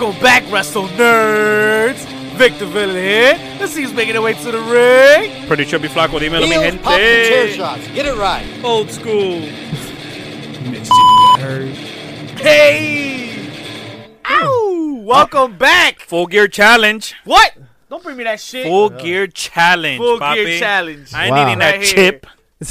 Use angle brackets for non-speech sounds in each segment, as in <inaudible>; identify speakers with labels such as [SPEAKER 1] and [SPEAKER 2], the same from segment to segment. [SPEAKER 1] Wrestle Nerds. Victor Villa here. Let's see who's making their way to the ring.
[SPEAKER 2] Pretty chubby flaco, dímelo, mi
[SPEAKER 3] Heels, pop, and chair
[SPEAKER 2] gente.
[SPEAKER 3] shots. Get it right.
[SPEAKER 2] Old school.
[SPEAKER 1] Hey! Ow! Welcome back.
[SPEAKER 2] Full gear challenge.
[SPEAKER 1] What? Don't bring me that shit.
[SPEAKER 2] Full gear challenge.
[SPEAKER 1] Full
[SPEAKER 2] papi.
[SPEAKER 1] gear challenge.
[SPEAKER 2] I ain't
[SPEAKER 4] Wow.
[SPEAKER 2] eating that
[SPEAKER 1] Right here.
[SPEAKER 2] chip.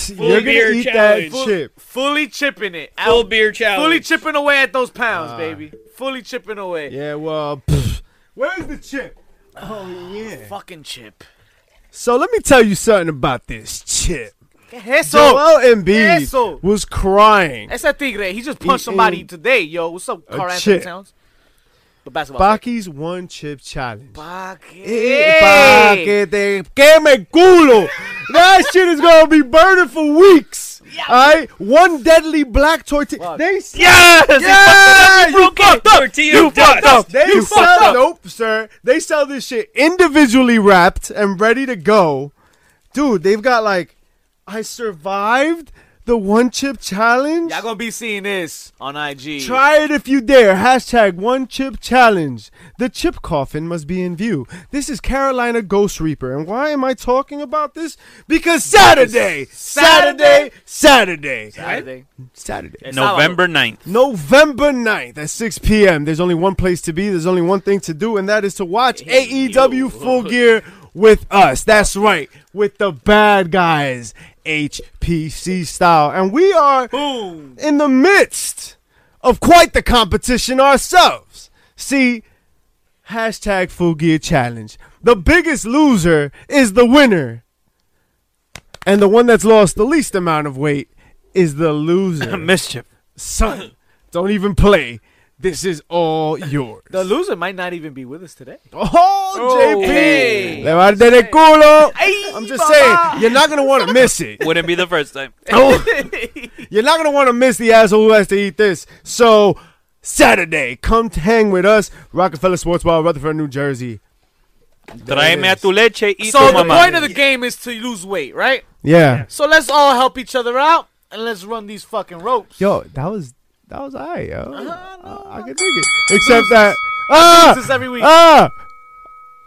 [SPEAKER 4] You're gonna
[SPEAKER 2] beer
[SPEAKER 4] eat
[SPEAKER 2] challenge.
[SPEAKER 4] that chip.
[SPEAKER 1] Fully chipping it.
[SPEAKER 2] Full
[SPEAKER 1] Out.
[SPEAKER 2] beer challenge.
[SPEAKER 1] Fully chipping away at those pounds, baby. Fully chipping away.
[SPEAKER 4] Uh, Yeah, well, pff, where's the chip? Oh yeah.
[SPEAKER 1] Fucking chip.
[SPEAKER 4] So let me tell you something about this chip.
[SPEAKER 1] Eso.
[SPEAKER 4] Joel Embiid
[SPEAKER 1] Eso.
[SPEAKER 4] was crying.
[SPEAKER 1] That's that tigre. He just punched somebody
[SPEAKER 4] Eating
[SPEAKER 1] today. Yo, what's up,
[SPEAKER 4] a
[SPEAKER 1] Carl Anthony
[SPEAKER 4] chip.
[SPEAKER 1] Towns? The basketball.
[SPEAKER 4] Baki's one chip challenge. Eh, Pa'
[SPEAKER 1] Back.
[SPEAKER 4] que te queme culo. That shit is gonna be burning for weeks. Alright? One deadly black tortilla.
[SPEAKER 1] Fuck.
[SPEAKER 4] They
[SPEAKER 2] Yes! he
[SPEAKER 4] Yeah,
[SPEAKER 2] fucked it up, You fucked up! You fucked up!
[SPEAKER 4] They
[SPEAKER 2] You
[SPEAKER 4] sell,
[SPEAKER 2] fucked up!
[SPEAKER 4] Nope, sir. They sell this shit individually wrapped and ready to go. Dude, they've got like, I survived the one chip challenge.
[SPEAKER 1] Y'all gonna be seeing this on IG.
[SPEAKER 4] Try it if you dare. Hashtag one chip challenge. The chip coffin must be in view. This is Carolina Ghost Reaper. And why am I talking about this? Because Saturday, Saturday, Saturday,
[SPEAKER 1] Saturday.
[SPEAKER 4] Saturday.
[SPEAKER 1] It's
[SPEAKER 2] November 9th.
[SPEAKER 4] November 9th at 6 p.m. There's only one place to be. There's only one thing to do, and that is to watch AEW Full Gear with us. That's right, with the bad guys, HPC style. And we are
[SPEAKER 1] Boom.
[SPEAKER 4] in the midst of quite the competition ourselves. See, hashtag Full Gear Challenge. The biggest loser is the winner. And the one that's lost the least amount of weight is the loser.
[SPEAKER 2] Mischief.
[SPEAKER 4] Son, don't even play. This is all yours.
[SPEAKER 1] <laughs> The loser might not even be with us today.
[SPEAKER 4] oh, JP.
[SPEAKER 1] hey.
[SPEAKER 4] Levante de culo.
[SPEAKER 1] Hey,
[SPEAKER 4] I'm just
[SPEAKER 1] mama.
[SPEAKER 4] saying, you're not going to want to miss it.
[SPEAKER 1] <laughs>
[SPEAKER 2] Wouldn't be the first time.
[SPEAKER 4] Oh, you're not gonna want to miss the asshole who has to eat this. So Saturday, come hang with us, Rockefeller Sports Bar, Rutherford, New Jersey.
[SPEAKER 2] Tráeme a tu leche y
[SPEAKER 1] So
[SPEAKER 2] tu
[SPEAKER 1] the
[SPEAKER 2] mamá.
[SPEAKER 1] point of the game is to lose weight, right?
[SPEAKER 4] Yeah.
[SPEAKER 1] So let's all help each other out and let's run these fucking ropes.
[SPEAKER 4] Yo, that was that was alright, yo. I, I can dig it. Except that ah
[SPEAKER 1] This is every week.
[SPEAKER 4] ah,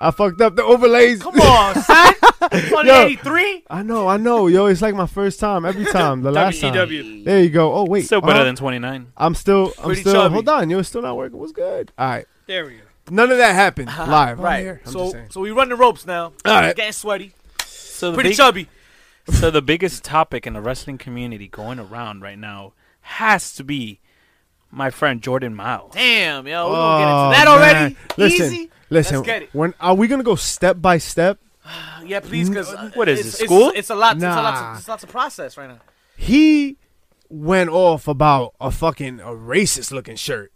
[SPEAKER 4] I fucked up the overlays.
[SPEAKER 1] Come on,
[SPEAKER 4] <laughs>
[SPEAKER 1] son. It's only
[SPEAKER 4] Yo.
[SPEAKER 1] 83.
[SPEAKER 4] I know, I know, yo. It's like my first time
[SPEAKER 1] <laughs>
[SPEAKER 4] every time. The last time.
[SPEAKER 1] E
[SPEAKER 2] WEW.
[SPEAKER 4] There you go. Oh wait,
[SPEAKER 2] Still better
[SPEAKER 4] Uh-huh.
[SPEAKER 2] than 29.
[SPEAKER 4] I'm still. I'm
[SPEAKER 1] Pretty
[SPEAKER 4] still.
[SPEAKER 1] chubby.
[SPEAKER 4] Hold on, yo. It's still not working. What's good? All right.
[SPEAKER 2] There we go.
[SPEAKER 4] None of that happened live.
[SPEAKER 1] Uh-huh. Right. so so we run the ropes now.
[SPEAKER 4] All right.
[SPEAKER 1] Getting sweaty.
[SPEAKER 2] So the
[SPEAKER 1] Pretty
[SPEAKER 2] big-
[SPEAKER 1] chubby.
[SPEAKER 2] <laughs> So the biggest topic in the wrestling community going around right now has to be my friend Jordan Miles.
[SPEAKER 1] Damn, yo. We're
[SPEAKER 4] Oh,
[SPEAKER 1] going to get into that already.
[SPEAKER 4] man. Listen,
[SPEAKER 1] Easy.
[SPEAKER 4] listen.
[SPEAKER 1] Let's get it.
[SPEAKER 4] When are we gonna go step by step?
[SPEAKER 1] Yeah, please, because
[SPEAKER 2] What is
[SPEAKER 1] it's,
[SPEAKER 2] this, school?
[SPEAKER 1] It's, it's a lot. It's a lot.
[SPEAKER 4] Nah.
[SPEAKER 1] To, it's lots of process right now.
[SPEAKER 4] He went off about a fucking a racist looking shirt.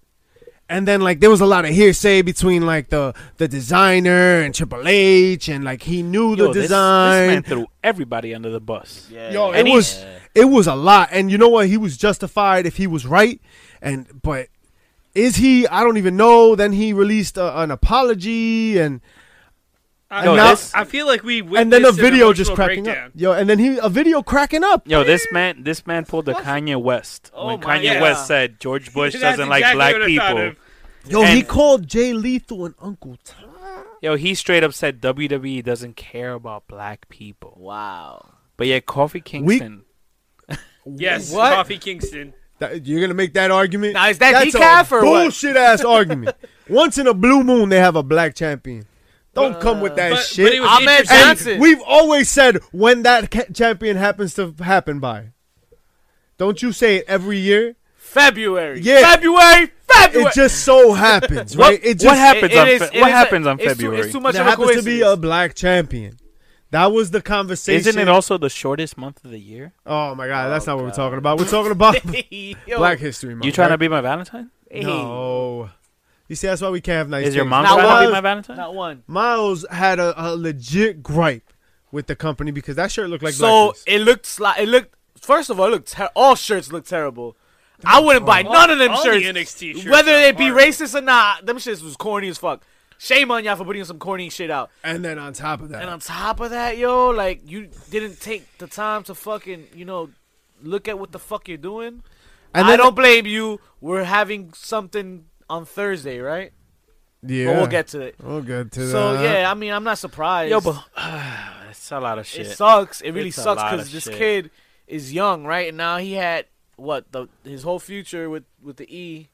[SPEAKER 4] And then like there was a lot of hearsay between like the the designer and Triple H and like he knew
[SPEAKER 2] Yo,
[SPEAKER 4] the
[SPEAKER 2] this, this
[SPEAKER 4] design.
[SPEAKER 2] man threw everybody under the bus.
[SPEAKER 1] Yeah.
[SPEAKER 4] Yo,
[SPEAKER 2] And
[SPEAKER 4] it
[SPEAKER 2] he-
[SPEAKER 4] was it was a lot. And you know what? He was justified if he was right. And but is he? I don't even know. Then he released a, an apology and
[SPEAKER 5] I,
[SPEAKER 2] No,
[SPEAKER 5] I-
[SPEAKER 2] this-
[SPEAKER 5] I feel like we
[SPEAKER 4] and then a
[SPEAKER 5] witnessed an
[SPEAKER 4] video just
[SPEAKER 5] emotional
[SPEAKER 4] cracking
[SPEAKER 5] breakdown.
[SPEAKER 4] up. Yo, and then he a video cracking up.
[SPEAKER 2] Yo, this man, this man pulled the Kanye West when
[SPEAKER 1] Oh my
[SPEAKER 2] Kanye
[SPEAKER 1] God.
[SPEAKER 2] West said
[SPEAKER 1] <laughs>
[SPEAKER 2] George Bush
[SPEAKER 5] That's
[SPEAKER 2] doesn't like
[SPEAKER 5] exactly
[SPEAKER 2] black
[SPEAKER 5] what I thought
[SPEAKER 2] people.
[SPEAKER 5] of.
[SPEAKER 4] Yo, he
[SPEAKER 2] And-
[SPEAKER 4] called Jay Lethal and Uncle Tom.
[SPEAKER 2] Yo, he straight up said WWE doesn't care about black people.
[SPEAKER 1] Wow.
[SPEAKER 2] But yet, Coffee Kingston.
[SPEAKER 5] Yes,
[SPEAKER 1] What?
[SPEAKER 5] Coffee Kingston.
[SPEAKER 4] That- you're gonna make that argument?
[SPEAKER 1] Now, is that
[SPEAKER 4] That's
[SPEAKER 1] decaf
[SPEAKER 4] a
[SPEAKER 1] or what?
[SPEAKER 4] bullshit ass argument? Once in a blue moon, they have a black champion. Don't come with that
[SPEAKER 5] But,
[SPEAKER 4] shit.
[SPEAKER 5] but it was
[SPEAKER 1] Ahmed
[SPEAKER 5] interesting.
[SPEAKER 4] And
[SPEAKER 1] Johnson.
[SPEAKER 4] we've always said when that ca- champion happens to happen by. Don't you say it every year?
[SPEAKER 1] February.
[SPEAKER 4] Yeah.
[SPEAKER 1] February. February.
[SPEAKER 4] It just so happens,
[SPEAKER 2] What-
[SPEAKER 4] right? It just
[SPEAKER 2] what happens
[SPEAKER 1] It- it
[SPEAKER 2] on
[SPEAKER 1] is-
[SPEAKER 2] Fe-
[SPEAKER 1] it
[SPEAKER 2] what
[SPEAKER 1] is a-
[SPEAKER 2] happens on
[SPEAKER 1] it's too-
[SPEAKER 2] February?
[SPEAKER 1] it's too much
[SPEAKER 4] there
[SPEAKER 1] of a
[SPEAKER 4] happens to be a
[SPEAKER 1] coincidence.
[SPEAKER 4] black champion. That was the conversation.
[SPEAKER 2] Isn't it also the shortest month of the year?
[SPEAKER 4] Oh my god, that's not what we're talking about. We're talking about
[SPEAKER 1] <laughs> Yo,
[SPEAKER 4] <laughs> Black History Month.
[SPEAKER 2] You trying to
[SPEAKER 4] right?
[SPEAKER 2] be my Valentine?
[SPEAKER 1] hey,
[SPEAKER 4] No. You see, that's why we can't have nice.
[SPEAKER 2] Is your
[SPEAKER 4] things.
[SPEAKER 2] mom
[SPEAKER 1] Now
[SPEAKER 2] trying to
[SPEAKER 1] what?
[SPEAKER 2] be my Valentine?
[SPEAKER 1] Not one.
[SPEAKER 4] Miles had a, a legit gripe with the company because that shirt looked like
[SPEAKER 1] so
[SPEAKER 4] blackface.
[SPEAKER 1] it looked sli- it looked first of all it looked ter- all shirts look terrible. I wouldn't buy none of them
[SPEAKER 5] all the
[SPEAKER 1] shirts,
[SPEAKER 5] NXT shirts
[SPEAKER 1] whether
[SPEAKER 5] are
[SPEAKER 1] they be
[SPEAKER 5] horrible.
[SPEAKER 1] racist or not. Them shits was corny as fuck. Shame on y'all for putting some corny shit out.
[SPEAKER 4] and then on top of that,
[SPEAKER 1] And on top of that, yo, like you didn't take the time to fucking you know look at what the fuck you're doing.
[SPEAKER 4] and
[SPEAKER 1] I
[SPEAKER 4] then
[SPEAKER 1] don't blame you. We're having something on Thursday, right?
[SPEAKER 4] Yeah.
[SPEAKER 1] But we'll get to it.
[SPEAKER 4] We'll get to
[SPEAKER 1] so
[SPEAKER 4] that.
[SPEAKER 1] yeah, I mean, I'm not surprised.
[SPEAKER 2] Yo, but <sighs> it's a lot of
[SPEAKER 1] it
[SPEAKER 2] shit.
[SPEAKER 1] sucks. It really
[SPEAKER 2] It's a
[SPEAKER 1] sucks
[SPEAKER 2] lot
[SPEAKER 1] because
[SPEAKER 2] of
[SPEAKER 1] this
[SPEAKER 2] shit.
[SPEAKER 1] kid is young, right? And now he had what the his whole future with with the E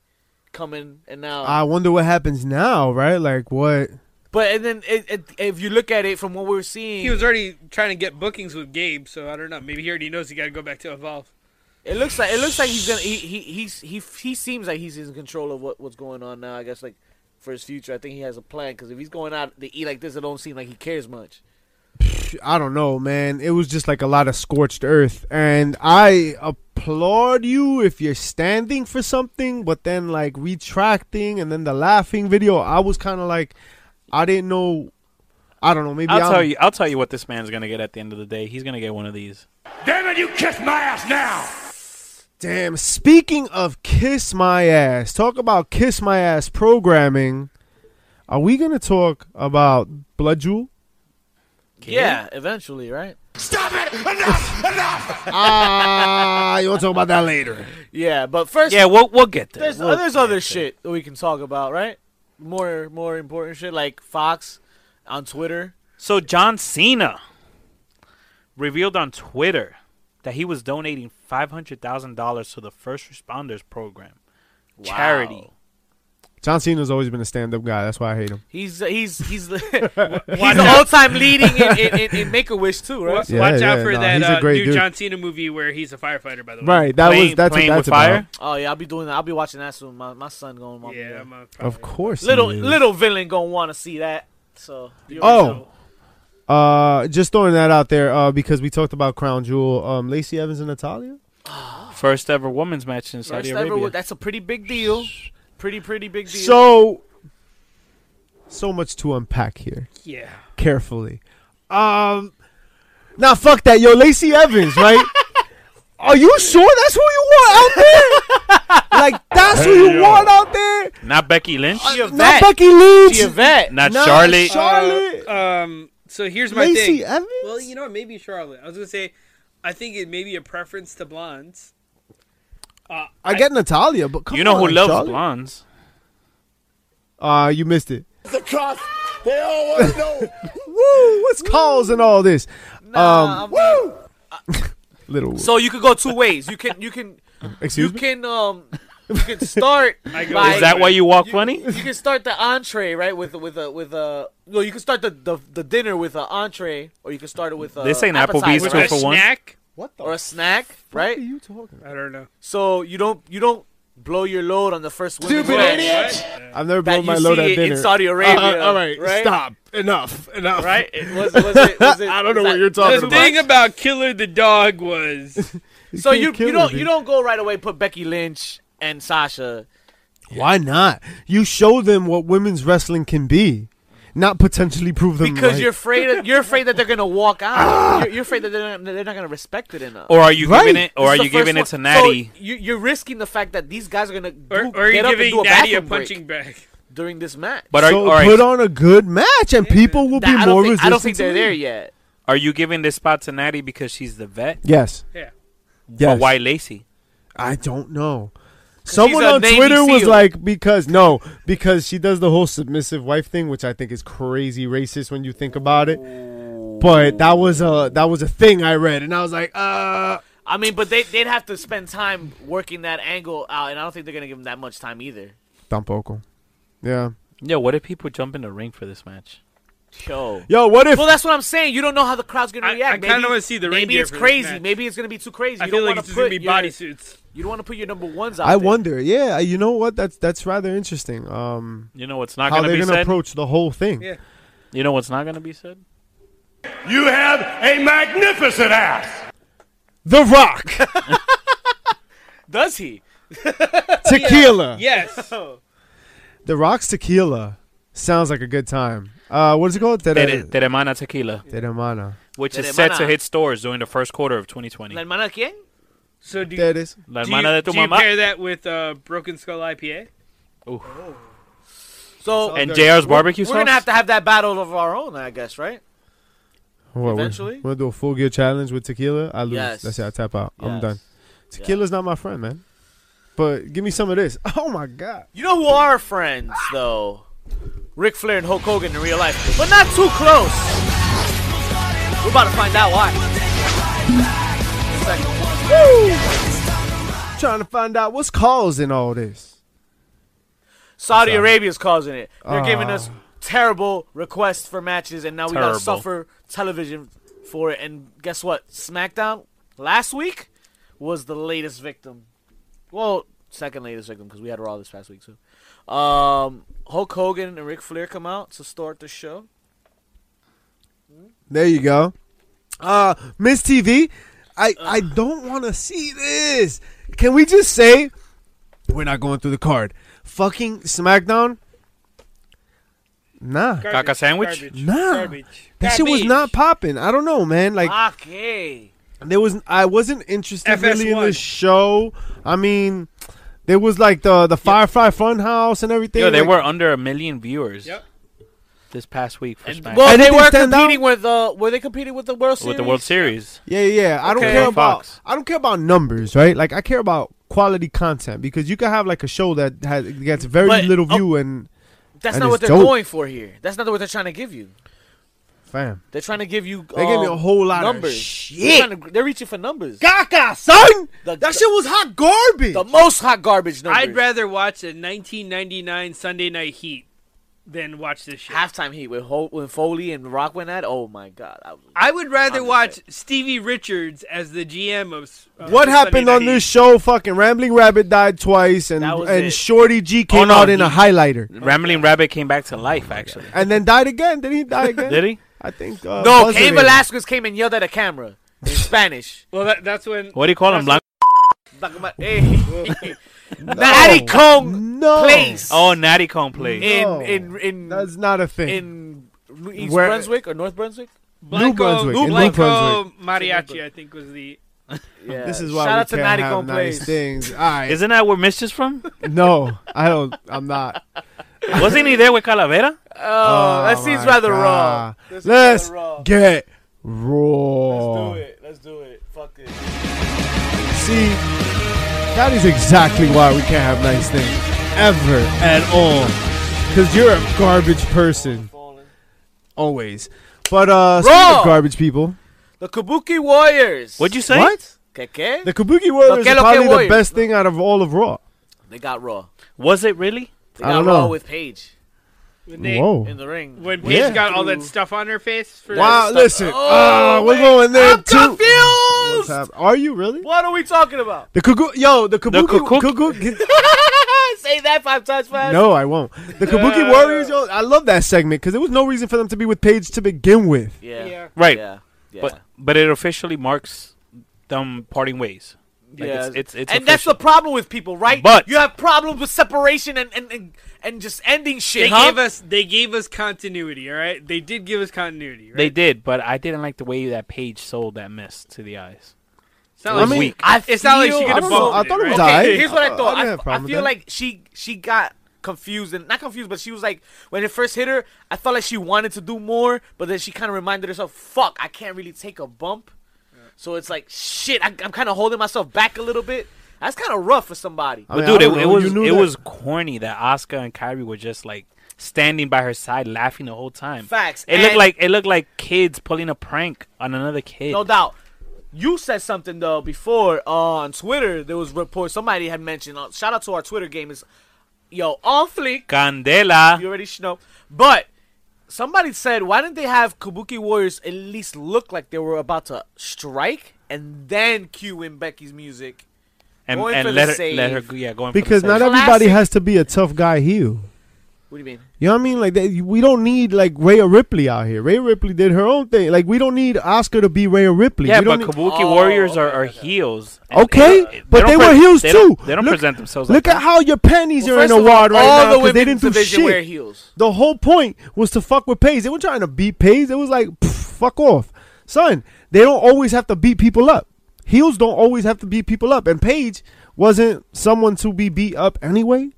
[SPEAKER 1] coming, and now.
[SPEAKER 2] um,
[SPEAKER 5] Uh,
[SPEAKER 4] I wonder what happens now, right? Like what?
[SPEAKER 1] but and then it, it, if you look at it from what we were seeing,
[SPEAKER 5] He was already trying to get bookings with Gabe, so I don't know. Maybe he already knows he got to go back to Evolve.
[SPEAKER 1] It looks like it looks like he's gonna he he he's, he he seems like he's in control of what, what's going on now. I guess like for his future, I think he has a plan because if he's going out to eat like this, it don't seem like he cares much.
[SPEAKER 4] I don't know, man. It was just like a lot of scorched earth, and I applaud you if you're standing for something, but then like retracting, and then the laughing video. I was kind of like, I didn't know. I don't know. Maybe
[SPEAKER 2] I'll
[SPEAKER 4] am
[SPEAKER 2] tell you. I'll tell you what this man's gonna get at the end of the day. He's gonna get one of these.
[SPEAKER 4] Damn. Speaking of kiss my ass, talk about kiss my ass programming. Are we gonna talk about Blood
[SPEAKER 2] <laughs>
[SPEAKER 4] Jewel?
[SPEAKER 1] Yeah, eventually, right?
[SPEAKER 4] Ah, you want to talk about that later?
[SPEAKER 1] Yeah, but first,
[SPEAKER 2] Yeah, we'll we'll get there.
[SPEAKER 1] there's
[SPEAKER 2] We'll
[SPEAKER 1] there's
[SPEAKER 2] get
[SPEAKER 1] other
[SPEAKER 2] there.
[SPEAKER 1] shit that we can talk about, right? More more important shit like Fox on Twitter.
[SPEAKER 2] So John Cena revealed on Twitter that he was donating five hundred thousand dollars to the First Responders Program charity.
[SPEAKER 4] John Cena's always been a stand-up guy. That's why I hate him.
[SPEAKER 1] He's he's he's <laughs> he's the all time leading in, in, in,
[SPEAKER 5] <laughs>
[SPEAKER 1] in Make a Wish too, right?
[SPEAKER 5] Watch
[SPEAKER 4] Yeah,
[SPEAKER 5] out
[SPEAKER 4] yeah,
[SPEAKER 5] for
[SPEAKER 4] nah,
[SPEAKER 5] that
[SPEAKER 4] he's a
[SPEAKER 5] uh,
[SPEAKER 4] great
[SPEAKER 5] new
[SPEAKER 4] dude.
[SPEAKER 5] John Cena movie where he's a firefighter, by the way.
[SPEAKER 4] Right. That
[SPEAKER 2] Playing-
[SPEAKER 4] was that's
[SPEAKER 2] playing
[SPEAKER 4] what that's
[SPEAKER 2] with fire.
[SPEAKER 4] about.
[SPEAKER 1] Oh yeah, I'll be doing that. I'll be watching that soon. My my son going. my-
[SPEAKER 5] Yeah. I'm, uh,
[SPEAKER 4] Of
[SPEAKER 5] probably-
[SPEAKER 4] course. he
[SPEAKER 1] little
[SPEAKER 4] is.
[SPEAKER 1] little villain gonna want to see that. So you already
[SPEAKER 4] Oh,
[SPEAKER 1] know.
[SPEAKER 4] uh, just throwing that out there uh, because we talked about Crown Jewel. Um, Lacey Evans and Natalia.
[SPEAKER 2] <gasps> First ever women's match in Saudi
[SPEAKER 1] first
[SPEAKER 2] Arabia.
[SPEAKER 1] ever. wa- That's a pretty big deal. Pretty pretty big deal.
[SPEAKER 4] So, so much to unpack here
[SPEAKER 5] Yeah.
[SPEAKER 4] carefully. Um, now fuck that, yo, Lacey
[SPEAKER 2] <laughs>
[SPEAKER 4] Evans, right? Are you sure that's who you want out there? like that's who you want out there?
[SPEAKER 2] Not Becky Lynch.
[SPEAKER 1] Givette.
[SPEAKER 4] Not Becky Lynch.
[SPEAKER 1] Givette.
[SPEAKER 2] Not
[SPEAKER 4] Not
[SPEAKER 2] Charlotte.
[SPEAKER 4] Char- Charlotte.
[SPEAKER 5] Uh, um. So here's my
[SPEAKER 4] Lacey
[SPEAKER 5] thing.
[SPEAKER 4] Evans.
[SPEAKER 5] Well, you know, what, maybe Charlotte. I was gonna say, I think it may be a preference to blondes. Uh,
[SPEAKER 4] I get Natalia, but come
[SPEAKER 2] you know
[SPEAKER 4] on,
[SPEAKER 2] who loves
[SPEAKER 4] Charlotte.
[SPEAKER 2] blondes?
[SPEAKER 4] Uh, you missed it.
[SPEAKER 3] the cost. They all
[SPEAKER 4] <laughs>
[SPEAKER 3] want to know.
[SPEAKER 4] Woo! What's calls and all this?
[SPEAKER 1] Nah,
[SPEAKER 4] um,
[SPEAKER 1] I'm not-
[SPEAKER 4] <laughs> Little.
[SPEAKER 1] So you could go two ways. You can you can
[SPEAKER 4] excuse
[SPEAKER 1] you
[SPEAKER 4] me.
[SPEAKER 1] can um you can start.
[SPEAKER 5] I go-
[SPEAKER 1] by-
[SPEAKER 5] I-
[SPEAKER 2] Is that why you walk
[SPEAKER 1] you-
[SPEAKER 2] funny?
[SPEAKER 1] You can start the entree right with with a with a no. You can start the the, the dinner with an entree, or you can start it with a
[SPEAKER 2] This ain't
[SPEAKER 1] appetizer,
[SPEAKER 2] Applebee's,
[SPEAKER 5] with
[SPEAKER 2] two
[SPEAKER 5] a
[SPEAKER 1] right?
[SPEAKER 2] for one.
[SPEAKER 5] snack.
[SPEAKER 4] What the
[SPEAKER 1] or a snack,
[SPEAKER 4] What are
[SPEAKER 1] right?
[SPEAKER 4] you talking?
[SPEAKER 5] I don't know.
[SPEAKER 1] So you don't you don't blow your load on the first women's match.
[SPEAKER 4] I've never
[SPEAKER 1] that
[SPEAKER 4] blown
[SPEAKER 1] you
[SPEAKER 4] my load
[SPEAKER 1] see
[SPEAKER 4] at
[SPEAKER 1] it
[SPEAKER 4] dinner. Uh,
[SPEAKER 1] in Saudi Arabia.
[SPEAKER 4] <laughs> all right,
[SPEAKER 1] right?
[SPEAKER 4] stop. Enough. Enough.
[SPEAKER 1] <laughs> Right? It was, was it,
[SPEAKER 4] <laughs>
[SPEAKER 1] was it,
[SPEAKER 4] I don't know
[SPEAKER 1] was
[SPEAKER 4] what
[SPEAKER 1] that-
[SPEAKER 4] you're talking
[SPEAKER 5] The
[SPEAKER 1] was it
[SPEAKER 5] thing about Killer the
[SPEAKER 1] <laughs>
[SPEAKER 5] Dog was
[SPEAKER 1] So
[SPEAKER 4] can't
[SPEAKER 1] you
[SPEAKER 4] kill
[SPEAKER 1] you don't
[SPEAKER 4] it,
[SPEAKER 1] you
[SPEAKER 4] dude.
[SPEAKER 1] don't go right away put Becky Lynch and Sasha.
[SPEAKER 4] Why not? You show them what women's wrestling can be, not potentially prove them
[SPEAKER 1] Because
[SPEAKER 4] right.
[SPEAKER 1] you're afraid of, you're afraid that they're gonna walk
[SPEAKER 4] <laughs> Ah!
[SPEAKER 1] out. You're, you're afraid that they're not, they're not gonna respect it enough.
[SPEAKER 2] Or are you
[SPEAKER 4] Right.
[SPEAKER 2] giving it? Or
[SPEAKER 1] This
[SPEAKER 2] are
[SPEAKER 1] is the
[SPEAKER 2] you giving it
[SPEAKER 1] first
[SPEAKER 2] to
[SPEAKER 1] one.
[SPEAKER 2] Natty?
[SPEAKER 1] So you, you're risking the fact that these guys are gonna do,
[SPEAKER 5] or, or are you
[SPEAKER 1] get up and do
[SPEAKER 5] giving
[SPEAKER 1] a
[SPEAKER 5] Natty a
[SPEAKER 1] bathroom
[SPEAKER 5] punching bag? <laughs>
[SPEAKER 1] break during this match.
[SPEAKER 2] But are
[SPEAKER 4] so
[SPEAKER 2] all right,
[SPEAKER 4] put on a good match, and people will
[SPEAKER 1] That- I
[SPEAKER 4] be
[SPEAKER 1] don't
[SPEAKER 4] more
[SPEAKER 1] think,
[SPEAKER 4] resistant.
[SPEAKER 1] I don't think
[SPEAKER 4] to
[SPEAKER 1] they're there
[SPEAKER 4] it.
[SPEAKER 1] yet.
[SPEAKER 2] Are you giving this spot to Natty because she's the vet?
[SPEAKER 4] Yes.
[SPEAKER 5] Yeah.
[SPEAKER 4] Yes.
[SPEAKER 2] Or why Lacey?
[SPEAKER 4] I don't know. Someone
[SPEAKER 1] she's a
[SPEAKER 4] on
[SPEAKER 1] Navy
[SPEAKER 4] Twitter was
[SPEAKER 1] SEAL.
[SPEAKER 4] like, because no, because she does the whole submissive wife thing, which I think is crazy racist when you think about it. But that was a that was a thing I read, and I was like, uh,
[SPEAKER 1] I mean, but they they'd have to spend time working that angle out, and I don't think they're gonna give them that much time either.
[SPEAKER 4] tampoco. Yeah.
[SPEAKER 2] Yo, what if people jump in the ring for this match?
[SPEAKER 1] Yo.
[SPEAKER 4] Yo, what if?
[SPEAKER 1] Well, that's what I'm saying. You don't know how the crowd's gonna
[SPEAKER 5] I-
[SPEAKER 1] react.
[SPEAKER 5] I kinda
[SPEAKER 1] Maybe-
[SPEAKER 5] wanna see the
[SPEAKER 1] Maybe
[SPEAKER 5] reindeer
[SPEAKER 1] it's
[SPEAKER 5] for this
[SPEAKER 1] crazy.
[SPEAKER 5] match.
[SPEAKER 1] Maybe it's gonna be too crazy.
[SPEAKER 5] I
[SPEAKER 1] you
[SPEAKER 5] feel
[SPEAKER 1] don't
[SPEAKER 5] like
[SPEAKER 1] want
[SPEAKER 5] it's
[SPEAKER 1] to
[SPEAKER 5] just gonna
[SPEAKER 1] put
[SPEAKER 5] be
[SPEAKER 1] your,
[SPEAKER 5] bodysuits.
[SPEAKER 1] You don't want to put your number ones out.
[SPEAKER 4] I
[SPEAKER 1] there.
[SPEAKER 4] wonder. Yeah, you know what? That's that's rather interesting. Um,
[SPEAKER 2] You know what's not
[SPEAKER 4] how
[SPEAKER 2] going to
[SPEAKER 4] they're
[SPEAKER 2] be
[SPEAKER 4] gonna
[SPEAKER 2] said.
[SPEAKER 4] approach the whole thing.
[SPEAKER 5] Yeah.
[SPEAKER 2] you know what's not going to be said.
[SPEAKER 3] You have a magnificent ass.
[SPEAKER 4] The Rock,
[SPEAKER 1] Does he?
[SPEAKER 4] tequila.
[SPEAKER 1] <laughs>
[SPEAKER 5] Yes.
[SPEAKER 1] Oh.
[SPEAKER 4] The Rock's tequila sounds like a good time. Uh, what is it called?
[SPEAKER 2] Tere-
[SPEAKER 4] Tere-
[SPEAKER 2] Teremana Tequila,
[SPEAKER 4] Teremana.
[SPEAKER 2] which is
[SPEAKER 1] Teremana.
[SPEAKER 2] set to hit stores during the first quarter of 2020.
[SPEAKER 1] La hermana quién?
[SPEAKER 5] So do,
[SPEAKER 4] There it is.
[SPEAKER 2] La
[SPEAKER 5] do,
[SPEAKER 2] hermana
[SPEAKER 5] you,
[SPEAKER 2] de tu
[SPEAKER 5] do you
[SPEAKER 2] mamá.
[SPEAKER 5] pair that with uh, Broken Skull IPA?
[SPEAKER 1] So
[SPEAKER 2] and JR's barbecue
[SPEAKER 1] we're
[SPEAKER 2] sauce.
[SPEAKER 1] gonna have to have that battle of our own, I guess, right?
[SPEAKER 4] What,
[SPEAKER 1] Eventually?
[SPEAKER 4] we're, we're gonna do a full gear challenge with tequila. I lose.
[SPEAKER 1] Yes.
[SPEAKER 4] That's it. I tap out. I'm
[SPEAKER 1] Yes.
[SPEAKER 4] done. Tequila's not my friend, man. But give me some of this. <laughs> Oh my god.
[SPEAKER 1] You know who are friends though? Ric Flair and Hulk Hogan in real life, but not too close. We're about to find out why.
[SPEAKER 4] Trying to find out what's causing all this.
[SPEAKER 1] Saudi Arabia's causing it. They're giving
[SPEAKER 4] Ah.
[SPEAKER 1] us terrible requests for matches, and now we gotta
[SPEAKER 2] Terrible.
[SPEAKER 1] suffer television for it. And guess what? SmackDown last week was the latest victim. Well, second latest victim because we had Raw this past week too. Um, Hulk Hogan and Ric Flair come out to start the show.
[SPEAKER 4] There you go. Uh Miss TV, I I don't want to see this. Can we just say we're not going through the card? Fucking SmackDown. Nah,
[SPEAKER 5] Garbage,
[SPEAKER 2] Caca sandwich?
[SPEAKER 5] Garbage.
[SPEAKER 4] Nah.
[SPEAKER 5] Garbage.
[SPEAKER 4] that shit was
[SPEAKER 5] Garbage.
[SPEAKER 4] not popping. I don't know, man. Like
[SPEAKER 1] okay.
[SPEAKER 4] there was, I wasn't interested really in
[SPEAKER 5] FS1.
[SPEAKER 4] the show. I mean, there was like the the Firefly Funhouse and everything.
[SPEAKER 2] Yo, they
[SPEAKER 4] like-
[SPEAKER 2] were under a million viewers
[SPEAKER 5] Yep.
[SPEAKER 2] this past week for
[SPEAKER 1] And,
[SPEAKER 2] SmackDown.
[SPEAKER 1] well,
[SPEAKER 4] And
[SPEAKER 1] they
[SPEAKER 4] it didn't
[SPEAKER 1] were
[SPEAKER 4] stand out?
[SPEAKER 1] competing with uh, were they competing with the World Series?
[SPEAKER 2] with the World Series.
[SPEAKER 4] Yeah, yeah. yeah. I don't
[SPEAKER 1] Okay.
[SPEAKER 4] care
[SPEAKER 2] On
[SPEAKER 4] about
[SPEAKER 2] Fox.
[SPEAKER 4] I don't care about numbers, right? Like I care about quality content because you can have like a show that has gets very
[SPEAKER 1] But-
[SPEAKER 4] little
[SPEAKER 1] oh.
[SPEAKER 4] view and
[SPEAKER 1] That's
[SPEAKER 4] That
[SPEAKER 1] not
[SPEAKER 4] is
[SPEAKER 1] what they're
[SPEAKER 4] dope.
[SPEAKER 1] going for here. That's not what they're trying to give you.
[SPEAKER 4] fam.
[SPEAKER 1] They're trying to give you.
[SPEAKER 4] They gave me a
[SPEAKER 1] um,
[SPEAKER 4] whole lot of
[SPEAKER 1] numbers. They're,
[SPEAKER 4] shit.
[SPEAKER 1] trying to, they're reaching for numbers.
[SPEAKER 4] Gaga, son,
[SPEAKER 1] The-
[SPEAKER 4] that shit was hot garbage.
[SPEAKER 1] The most hot garbage numbers.
[SPEAKER 5] I'd rather watch a 1999 Sunday Night Heat than watch this shit.
[SPEAKER 1] halftime heat with Ho- when Foley and Rock went at. Oh my god! I was,
[SPEAKER 5] I would rather
[SPEAKER 1] I'm just
[SPEAKER 5] watch Stevie Richards as the GM of. s- of
[SPEAKER 4] what
[SPEAKER 5] Sunday
[SPEAKER 4] happened
[SPEAKER 5] Night
[SPEAKER 4] on
[SPEAKER 5] Heat.
[SPEAKER 4] this show? Fucking Rambling Rabbit died twice, and
[SPEAKER 1] That was
[SPEAKER 4] and
[SPEAKER 1] it.
[SPEAKER 4] Shorty G came
[SPEAKER 2] no,
[SPEAKER 4] out in
[SPEAKER 2] he-
[SPEAKER 4] a highlighter,
[SPEAKER 2] Rambling Rabbit came back to life, actually.
[SPEAKER 4] and then died again. Did
[SPEAKER 2] <laughs>
[SPEAKER 4] he die again?
[SPEAKER 2] Did he?
[SPEAKER 4] I think. Uh,
[SPEAKER 1] no,
[SPEAKER 4] Buzzer
[SPEAKER 1] Cain
[SPEAKER 4] Man.
[SPEAKER 1] Velasquez came and yelled at a camera
[SPEAKER 4] <laughs>
[SPEAKER 1] in Spanish.
[SPEAKER 5] Well, that, that's when.
[SPEAKER 2] What do you call him? Blanco?
[SPEAKER 1] Talking <laughs> about, hey, Natty Kong
[SPEAKER 4] No,
[SPEAKER 1] place.
[SPEAKER 2] Oh, Natty Cone plays.
[SPEAKER 1] in
[SPEAKER 4] no.
[SPEAKER 1] in in
[SPEAKER 4] that's not a thing.
[SPEAKER 1] in East
[SPEAKER 4] Where-
[SPEAKER 1] Brunswick or North Brunswick.
[SPEAKER 5] Blanco,
[SPEAKER 4] Brunswick, in New
[SPEAKER 5] Blanco Mariachi, I think, was the.
[SPEAKER 1] Yeah.
[SPEAKER 4] this is why
[SPEAKER 1] uh, Shout
[SPEAKER 4] we
[SPEAKER 1] out to
[SPEAKER 4] can't
[SPEAKER 1] Natty
[SPEAKER 4] have
[SPEAKER 1] Kong
[SPEAKER 4] nice
[SPEAKER 1] place. <laughs>
[SPEAKER 4] things. All right,
[SPEAKER 2] Isn't that where Mischief's
[SPEAKER 4] <laughs>
[SPEAKER 2] from?
[SPEAKER 4] no, I don't. I'm
[SPEAKER 1] <laughs>
[SPEAKER 4] not.
[SPEAKER 2] Wasn't he there with Calavera?
[SPEAKER 1] Oh, that seems
[SPEAKER 4] my
[SPEAKER 1] rather
[SPEAKER 4] God.
[SPEAKER 1] raw. This is
[SPEAKER 4] ah, Let's
[SPEAKER 1] rather raw.
[SPEAKER 4] get raw.
[SPEAKER 1] Let's do it. Let's do it. Fuck it.
[SPEAKER 4] See, that is exactly why we can't have nice things ever at all. Because you're a garbage person,
[SPEAKER 1] Falling.
[SPEAKER 4] always. But uh, speaking
[SPEAKER 1] Raw!
[SPEAKER 4] of garbage people,
[SPEAKER 1] The Kabuki Warriors.
[SPEAKER 2] What'd you say?
[SPEAKER 4] what?
[SPEAKER 1] Que que?
[SPEAKER 4] The Kabuki Warriors
[SPEAKER 1] Okay,
[SPEAKER 4] are
[SPEAKER 1] okay,
[SPEAKER 4] probably the
[SPEAKER 1] Warriors.
[SPEAKER 4] best thing out of all of Raw.
[SPEAKER 1] They got Raw.
[SPEAKER 2] Was it really?
[SPEAKER 1] They
[SPEAKER 4] I
[SPEAKER 1] got
[SPEAKER 4] don't
[SPEAKER 1] Raw
[SPEAKER 4] know.
[SPEAKER 1] with Paige
[SPEAKER 5] When they,
[SPEAKER 1] in
[SPEAKER 4] Whoa.
[SPEAKER 1] the ring.
[SPEAKER 5] When Paige
[SPEAKER 4] Yeah.
[SPEAKER 5] got all that stuff on her face for
[SPEAKER 4] Wow, listen.
[SPEAKER 1] Oh,
[SPEAKER 4] uh, we're
[SPEAKER 1] wait.
[SPEAKER 4] going there
[SPEAKER 1] I'm
[SPEAKER 4] too. What's
[SPEAKER 1] confused.
[SPEAKER 4] hap- Are you really?
[SPEAKER 1] What are we talking about?
[SPEAKER 4] The Kabuki, yo, the Kabuki,
[SPEAKER 2] Kabuki-
[SPEAKER 4] Kabuki-
[SPEAKER 1] <laughs> Say that five times fast.
[SPEAKER 4] No, I won't. The Kabuki
[SPEAKER 5] Uh.
[SPEAKER 4] Warriors, yo, I love that segment because there was no reason for them to be with Paige to begin with.
[SPEAKER 1] Yeah. Yeah.
[SPEAKER 5] Yeah.
[SPEAKER 2] Right.
[SPEAKER 1] Yeah. yeah.
[SPEAKER 2] But but it officially marks them parting ways. Like,
[SPEAKER 1] yeah.
[SPEAKER 2] it's- it's- it's
[SPEAKER 1] and that's
[SPEAKER 2] official.
[SPEAKER 1] the problem with people, right?
[SPEAKER 2] But-
[SPEAKER 1] you have problems with separation and and, and, and just ending shit.
[SPEAKER 5] They
[SPEAKER 1] huh?
[SPEAKER 5] gave us they gave us continuity, all right? They did give us continuity, right?
[SPEAKER 2] They did, but I didn't like the way that Paige sold that mist to the eyes.
[SPEAKER 5] it's not
[SPEAKER 2] I
[SPEAKER 5] like
[SPEAKER 2] mean-
[SPEAKER 5] weak.
[SPEAKER 1] I
[SPEAKER 5] It's not like
[SPEAKER 1] feel-
[SPEAKER 5] she
[SPEAKER 4] I
[SPEAKER 5] could
[SPEAKER 4] don't
[SPEAKER 5] have
[SPEAKER 4] know.
[SPEAKER 5] bumped
[SPEAKER 4] I thought it was
[SPEAKER 5] right?
[SPEAKER 4] all right.
[SPEAKER 1] Here's what I thought.
[SPEAKER 4] I- I didn't
[SPEAKER 1] I,
[SPEAKER 4] have a problem
[SPEAKER 1] I
[SPEAKER 4] with
[SPEAKER 1] feel
[SPEAKER 4] that.
[SPEAKER 1] like she she got confused and not confused, but she was like when it first hit her, I felt like she wanted to do more, but then she kind of reminded herself, "Fuck, I can't really take a bump." So it's like shit. I, I'm kind of holding myself back a little bit. That's kind of rough for somebody.
[SPEAKER 4] I mean,
[SPEAKER 2] Dude,
[SPEAKER 4] I
[SPEAKER 2] it,
[SPEAKER 4] don't
[SPEAKER 2] it
[SPEAKER 4] know.
[SPEAKER 2] was
[SPEAKER 4] You knew
[SPEAKER 2] it
[SPEAKER 4] that.
[SPEAKER 2] was corny that Oscar and Kyrie were just like standing by her side laughing the whole time.
[SPEAKER 1] Facts.
[SPEAKER 2] It looked
[SPEAKER 1] And-
[SPEAKER 2] like it looked like kids pulling a prank on another kid.
[SPEAKER 1] No doubt. You said something though before uh, on Twitter. There was reports somebody had mentioned. Uh, shout out to our Twitter game is, yo, on fleek.
[SPEAKER 2] Candela.
[SPEAKER 1] You already sh- know. But somebody said, why didn't they have Kabuki Warriors at least look like they were about to strike and then cue in Becky's music?
[SPEAKER 2] and
[SPEAKER 1] going for
[SPEAKER 2] and
[SPEAKER 1] the
[SPEAKER 2] let her let her
[SPEAKER 1] save.
[SPEAKER 2] go- yeah going for the
[SPEAKER 4] Because not
[SPEAKER 2] save.
[SPEAKER 4] everybody
[SPEAKER 1] Classic.
[SPEAKER 4] has to be a tough guy heel.
[SPEAKER 1] What do you mean?
[SPEAKER 4] You know what I mean? Like they, we don't need like Rhea Ripley out here. Rhea Ripley did her own thing. Like we don't need Oscar to be Rhea Ripley.
[SPEAKER 2] yeah,
[SPEAKER 4] we don't
[SPEAKER 2] but
[SPEAKER 4] need-
[SPEAKER 2] Kabuki
[SPEAKER 1] Oh,
[SPEAKER 2] Warriors are,
[SPEAKER 1] okay,
[SPEAKER 2] are
[SPEAKER 1] okay.
[SPEAKER 2] heels. and-
[SPEAKER 4] Okay,
[SPEAKER 2] and, uh,
[SPEAKER 4] but
[SPEAKER 2] don't
[SPEAKER 4] they were
[SPEAKER 2] pre-
[SPEAKER 4] heels
[SPEAKER 2] they
[SPEAKER 4] too.
[SPEAKER 2] don't- They don't
[SPEAKER 4] Look-
[SPEAKER 2] present themselves.
[SPEAKER 4] look
[SPEAKER 2] like
[SPEAKER 4] at how your panties
[SPEAKER 1] Well,
[SPEAKER 4] are in
[SPEAKER 1] first
[SPEAKER 4] a
[SPEAKER 1] of all,
[SPEAKER 4] wad right
[SPEAKER 1] all
[SPEAKER 4] now
[SPEAKER 1] the
[SPEAKER 4] because
[SPEAKER 1] women's
[SPEAKER 4] they didn't do
[SPEAKER 1] division
[SPEAKER 4] shit.
[SPEAKER 1] wear heels.
[SPEAKER 4] The whole point was to fuck with Paige. They were trying to beat Paige. It was like, pff, fuck off. Son, they don't always have to beat people up. Heels don't always have to beat people up. And Paige wasn't someone to be beat up anyway.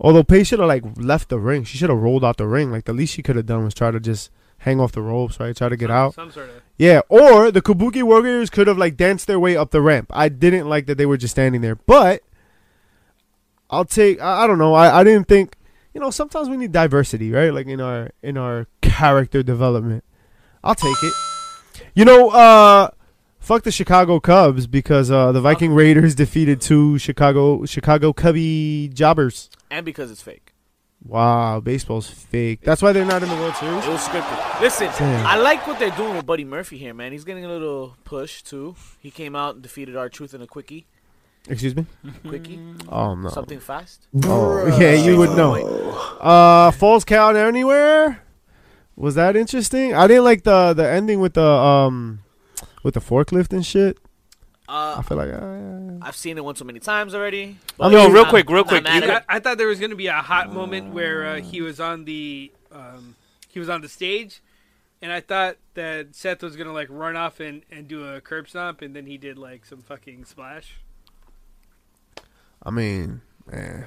[SPEAKER 4] Although Paige should have like left the ring. She should have rolled out the ring. Like the least she could have done was try to just hang off the ropes, right? Try to get out.
[SPEAKER 5] Some sort of
[SPEAKER 4] Yeah, or the Kabuki Warriors could have like danced their way up the ramp. I didn't like that they were just standing there, but I'll take. I, I don't know. I, I didn't think you know, sometimes we need diversity, right? Like in our in our character development. I'll take it. You know, uh fuck the Chicago Cubs because uh the Viking Raiders defeated two Chicago Chicago Cubby jobbers.
[SPEAKER 1] and because it's fake.
[SPEAKER 4] Wow, baseball's fake. That's why they're not in the World
[SPEAKER 1] It
[SPEAKER 4] Series.
[SPEAKER 1] was scripted. Listen,
[SPEAKER 4] Damn.
[SPEAKER 1] I like what they're doing with Buddy Murphy here, man. He's getting a little push too. He came out and defeated our truth in a quickie,
[SPEAKER 4] Excuse me.
[SPEAKER 1] quickie,
[SPEAKER 4] Oh no.
[SPEAKER 1] something fast.
[SPEAKER 4] Oh, yeah, you would know. Uh, Falls Count Anywhere. Was that interesting? I didn't like the the ending with the um with the forklift and shit.
[SPEAKER 1] Uh,
[SPEAKER 4] I feel like uh,
[SPEAKER 1] I've seen it one too many times already.
[SPEAKER 4] I
[SPEAKER 1] but
[SPEAKER 4] mean-
[SPEAKER 2] Yo, real
[SPEAKER 1] I'm-
[SPEAKER 2] quick, real
[SPEAKER 1] I'm
[SPEAKER 2] quick.
[SPEAKER 1] mad
[SPEAKER 2] You
[SPEAKER 1] at
[SPEAKER 2] got-
[SPEAKER 1] it.
[SPEAKER 5] I, I thought there was gonna be a hot moment where uh, he was on the um, he was on the stage, and I thought that Seth was gonna like run off and, and do a curb stomp, and then he did like some fucking splash.
[SPEAKER 4] I mean, eh.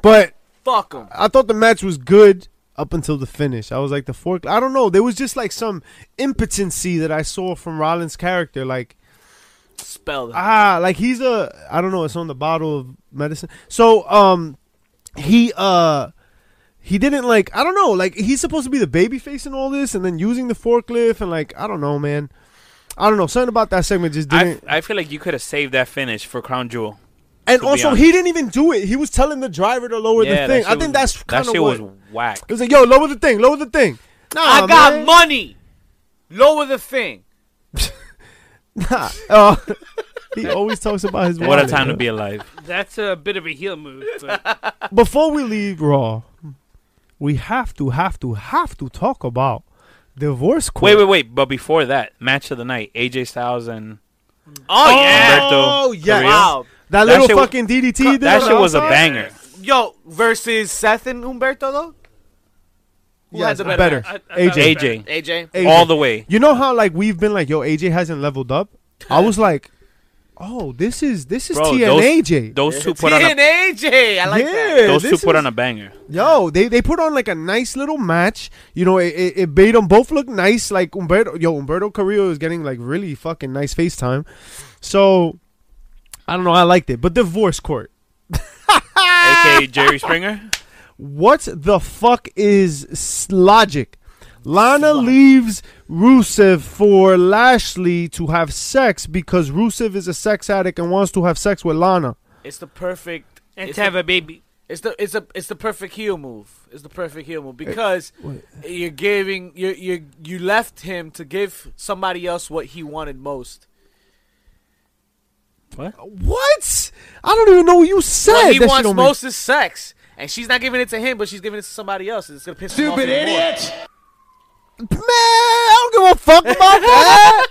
[SPEAKER 4] but
[SPEAKER 1] Fuck him.
[SPEAKER 4] I thought the match was good up until the finish. I was like the fork. I don't know. There was just like some impotency that I saw from Rollins' character. Like
[SPEAKER 1] Spell that.
[SPEAKER 4] ah, like he's a I don't know. It's on the bottle of medicine. So um, he uh. He didn't like I don't know like he's supposed to be the baby face in all this and then using the forklift and like I don't know man I don't know something about that segment just
[SPEAKER 2] I,
[SPEAKER 4] didn't
[SPEAKER 2] f- I feel like you could have saved that finish for Crown Jewel.
[SPEAKER 4] and
[SPEAKER 2] to be
[SPEAKER 4] also
[SPEAKER 2] honest.
[SPEAKER 4] he didn't even do it he was telling the driver to lower the
[SPEAKER 2] Yeah, that
[SPEAKER 4] thing
[SPEAKER 2] shit
[SPEAKER 4] I think
[SPEAKER 2] was-
[SPEAKER 4] that's
[SPEAKER 2] that
[SPEAKER 4] kind of
[SPEAKER 2] shit
[SPEAKER 4] what
[SPEAKER 2] was whack.
[SPEAKER 4] It was like, yo, lower the thing, lower the thing. Nah,
[SPEAKER 1] I got
[SPEAKER 4] man.
[SPEAKER 1] money. Lower the thing.
[SPEAKER 4] Nah. Uh, <laughs> he always talks about his
[SPEAKER 2] What a
[SPEAKER 4] wallet,
[SPEAKER 2] time to
[SPEAKER 4] yo.
[SPEAKER 2] be alive.
[SPEAKER 5] That's a bit of a heel move. But
[SPEAKER 4] Before we leave Raw, we have to, have to, have to talk about divorce court.
[SPEAKER 2] Wait, wait, wait. But before that, match of the night, AJ Styles and
[SPEAKER 1] Oh, yeah.
[SPEAKER 4] Oh,
[SPEAKER 2] Humberto
[SPEAKER 4] yes.
[SPEAKER 2] Carrillo.
[SPEAKER 1] Wow.
[SPEAKER 4] That,
[SPEAKER 2] That
[SPEAKER 4] little
[SPEAKER 2] shit wa-
[SPEAKER 4] fucking DDT. he did
[SPEAKER 2] That
[SPEAKER 4] on
[SPEAKER 2] shit was a
[SPEAKER 4] outside?
[SPEAKER 2] banger.
[SPEAKER 1] Yo, versus Seth and Humberto though. Who
[SPEAKER 4] Yes,
[SPEAKER 1] had the
[SPEAKER 4] better.
[SPEAKER 1] better?
[SPEAKER 5] I- I thought
[SPEAKER 4] AJ.
[SPEAKER 5] it was
[SPEAKER 2] AJ,
[SPEAKER 1] AJ.
[SPEAKER 4] AJ.
[SPEAKER 2] all the way.
[SPEAKER 4] You know how like we've been like, yo, AJ hasn't leveled up. I was like, oh, this is this is
[SPEAKER 2] Bro, those-
[SPEAKER 4] TNAJ.
[SPEAKER 2] Those two put on
[SPEAKER 1] T
[SPEAKER 2] a
[SPEAKER 1] and AJ. I like that.
[SPEAKER 4] yeah,
[SPEAKER 2] those two
[SPEAKER 4] this
[SPEAKER 2] put
[SPEAKER 4] is-
[SPEAKER 2] on a banger.
[SPEAKER 4] Yo, they, they put on like a nice little match. You know, it, it, it made them both look nice. Like Umberto, yo, Umberto Carrillo is getting like really fucking nice FaceTime. So, I don't know. I liked it. But Divorce Court.
[SPEAKER 2] AKA Jerry Springer.
[SPEAKER 4] What the fuck is s- logic? Lana leaves Rusev for Lashley to have sex because Rusev is a sex addict and wants to have sex with Lana.
[SPEAKER 1] It's the perfect.
[SPEAKER 5] And
[SPEAKER 1] it's
[SPEAKER 5] to have
[SPEAKER 1] the-
[SPEAKER 5] a baby.
[SPEAKER 1] It's the it's a it's the perfect heel move. It's the perfect heel
[SPEAKER 4] Eh,
[SPEAKER 1] move because you're giving you you you left him to give somebody else what he wanted most.
[SPEAKER 4] What? I don't even know what you said.
[SPEAKER 1] What he
[SPEAKER 4] That shit
[SPEAKER 1] wants
[SPEAKER 4] don't make-
[SPEAKER 1] most is sex, and she's not giving it to him, but she's giving it to somebody else. and It's gonna piss him off.
[SPEAKER 3] Stupid
[SPEAKER 1] even more.
[SPEAKER 3] idiot!
[SPEAKER 4] Man, I don't give a fuck about that.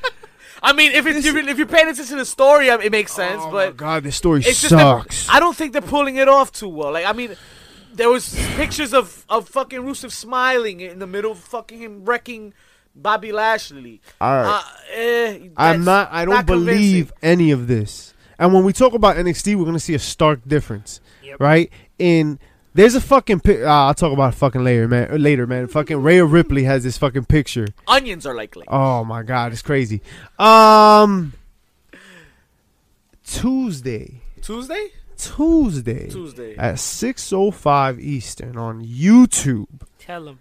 [SPEAKER 1] I mean, if it's, if, you're, if you're paying attention to the story, I- it makes sense.
[SPEAKER 4] Oh my
[SPEAKER 1] but
[SPEAKER 4] god, this story
[SPEAKER 1] it's just
[SPEAKER 4] sucks.
[SPEAKER 1] That, I don't think they're pulling it off too well. Like I mean, there was pictures of of fucking Rusev smiling in the middle of fucking him wrecking Bobby Lashley.
[SPEAKER 4] All right.
[SPEAKER 1] Uh, eh,
[SPEAKER 4] I'm not.
[SPEAKER 1] that's
[SPEAKER 4] I don't
[SPEAKER 1] convincing.
[SPEAKER 4] believe any of this. And when we talk about NXT, we're gonna see a stark difference, right? In there's a fucking. Pi- ah, I'll talk about it fucking later, man. uh, Later, man. Fucking Rhea Ripley has this fucking picture.
[SPEAKER 1] onions are likely.
[SPEAKER 4] Oh my god, it's crazy. Um, Tuesday,
[SPEAKER 1] Tuesday?
[SPEAKER 4] Tuesday,
[SPEAKER 1] Tuesday.
[SPEAKER 4] at six oh five Eastern on YouTube.
[SPEAKER 5] Tell him.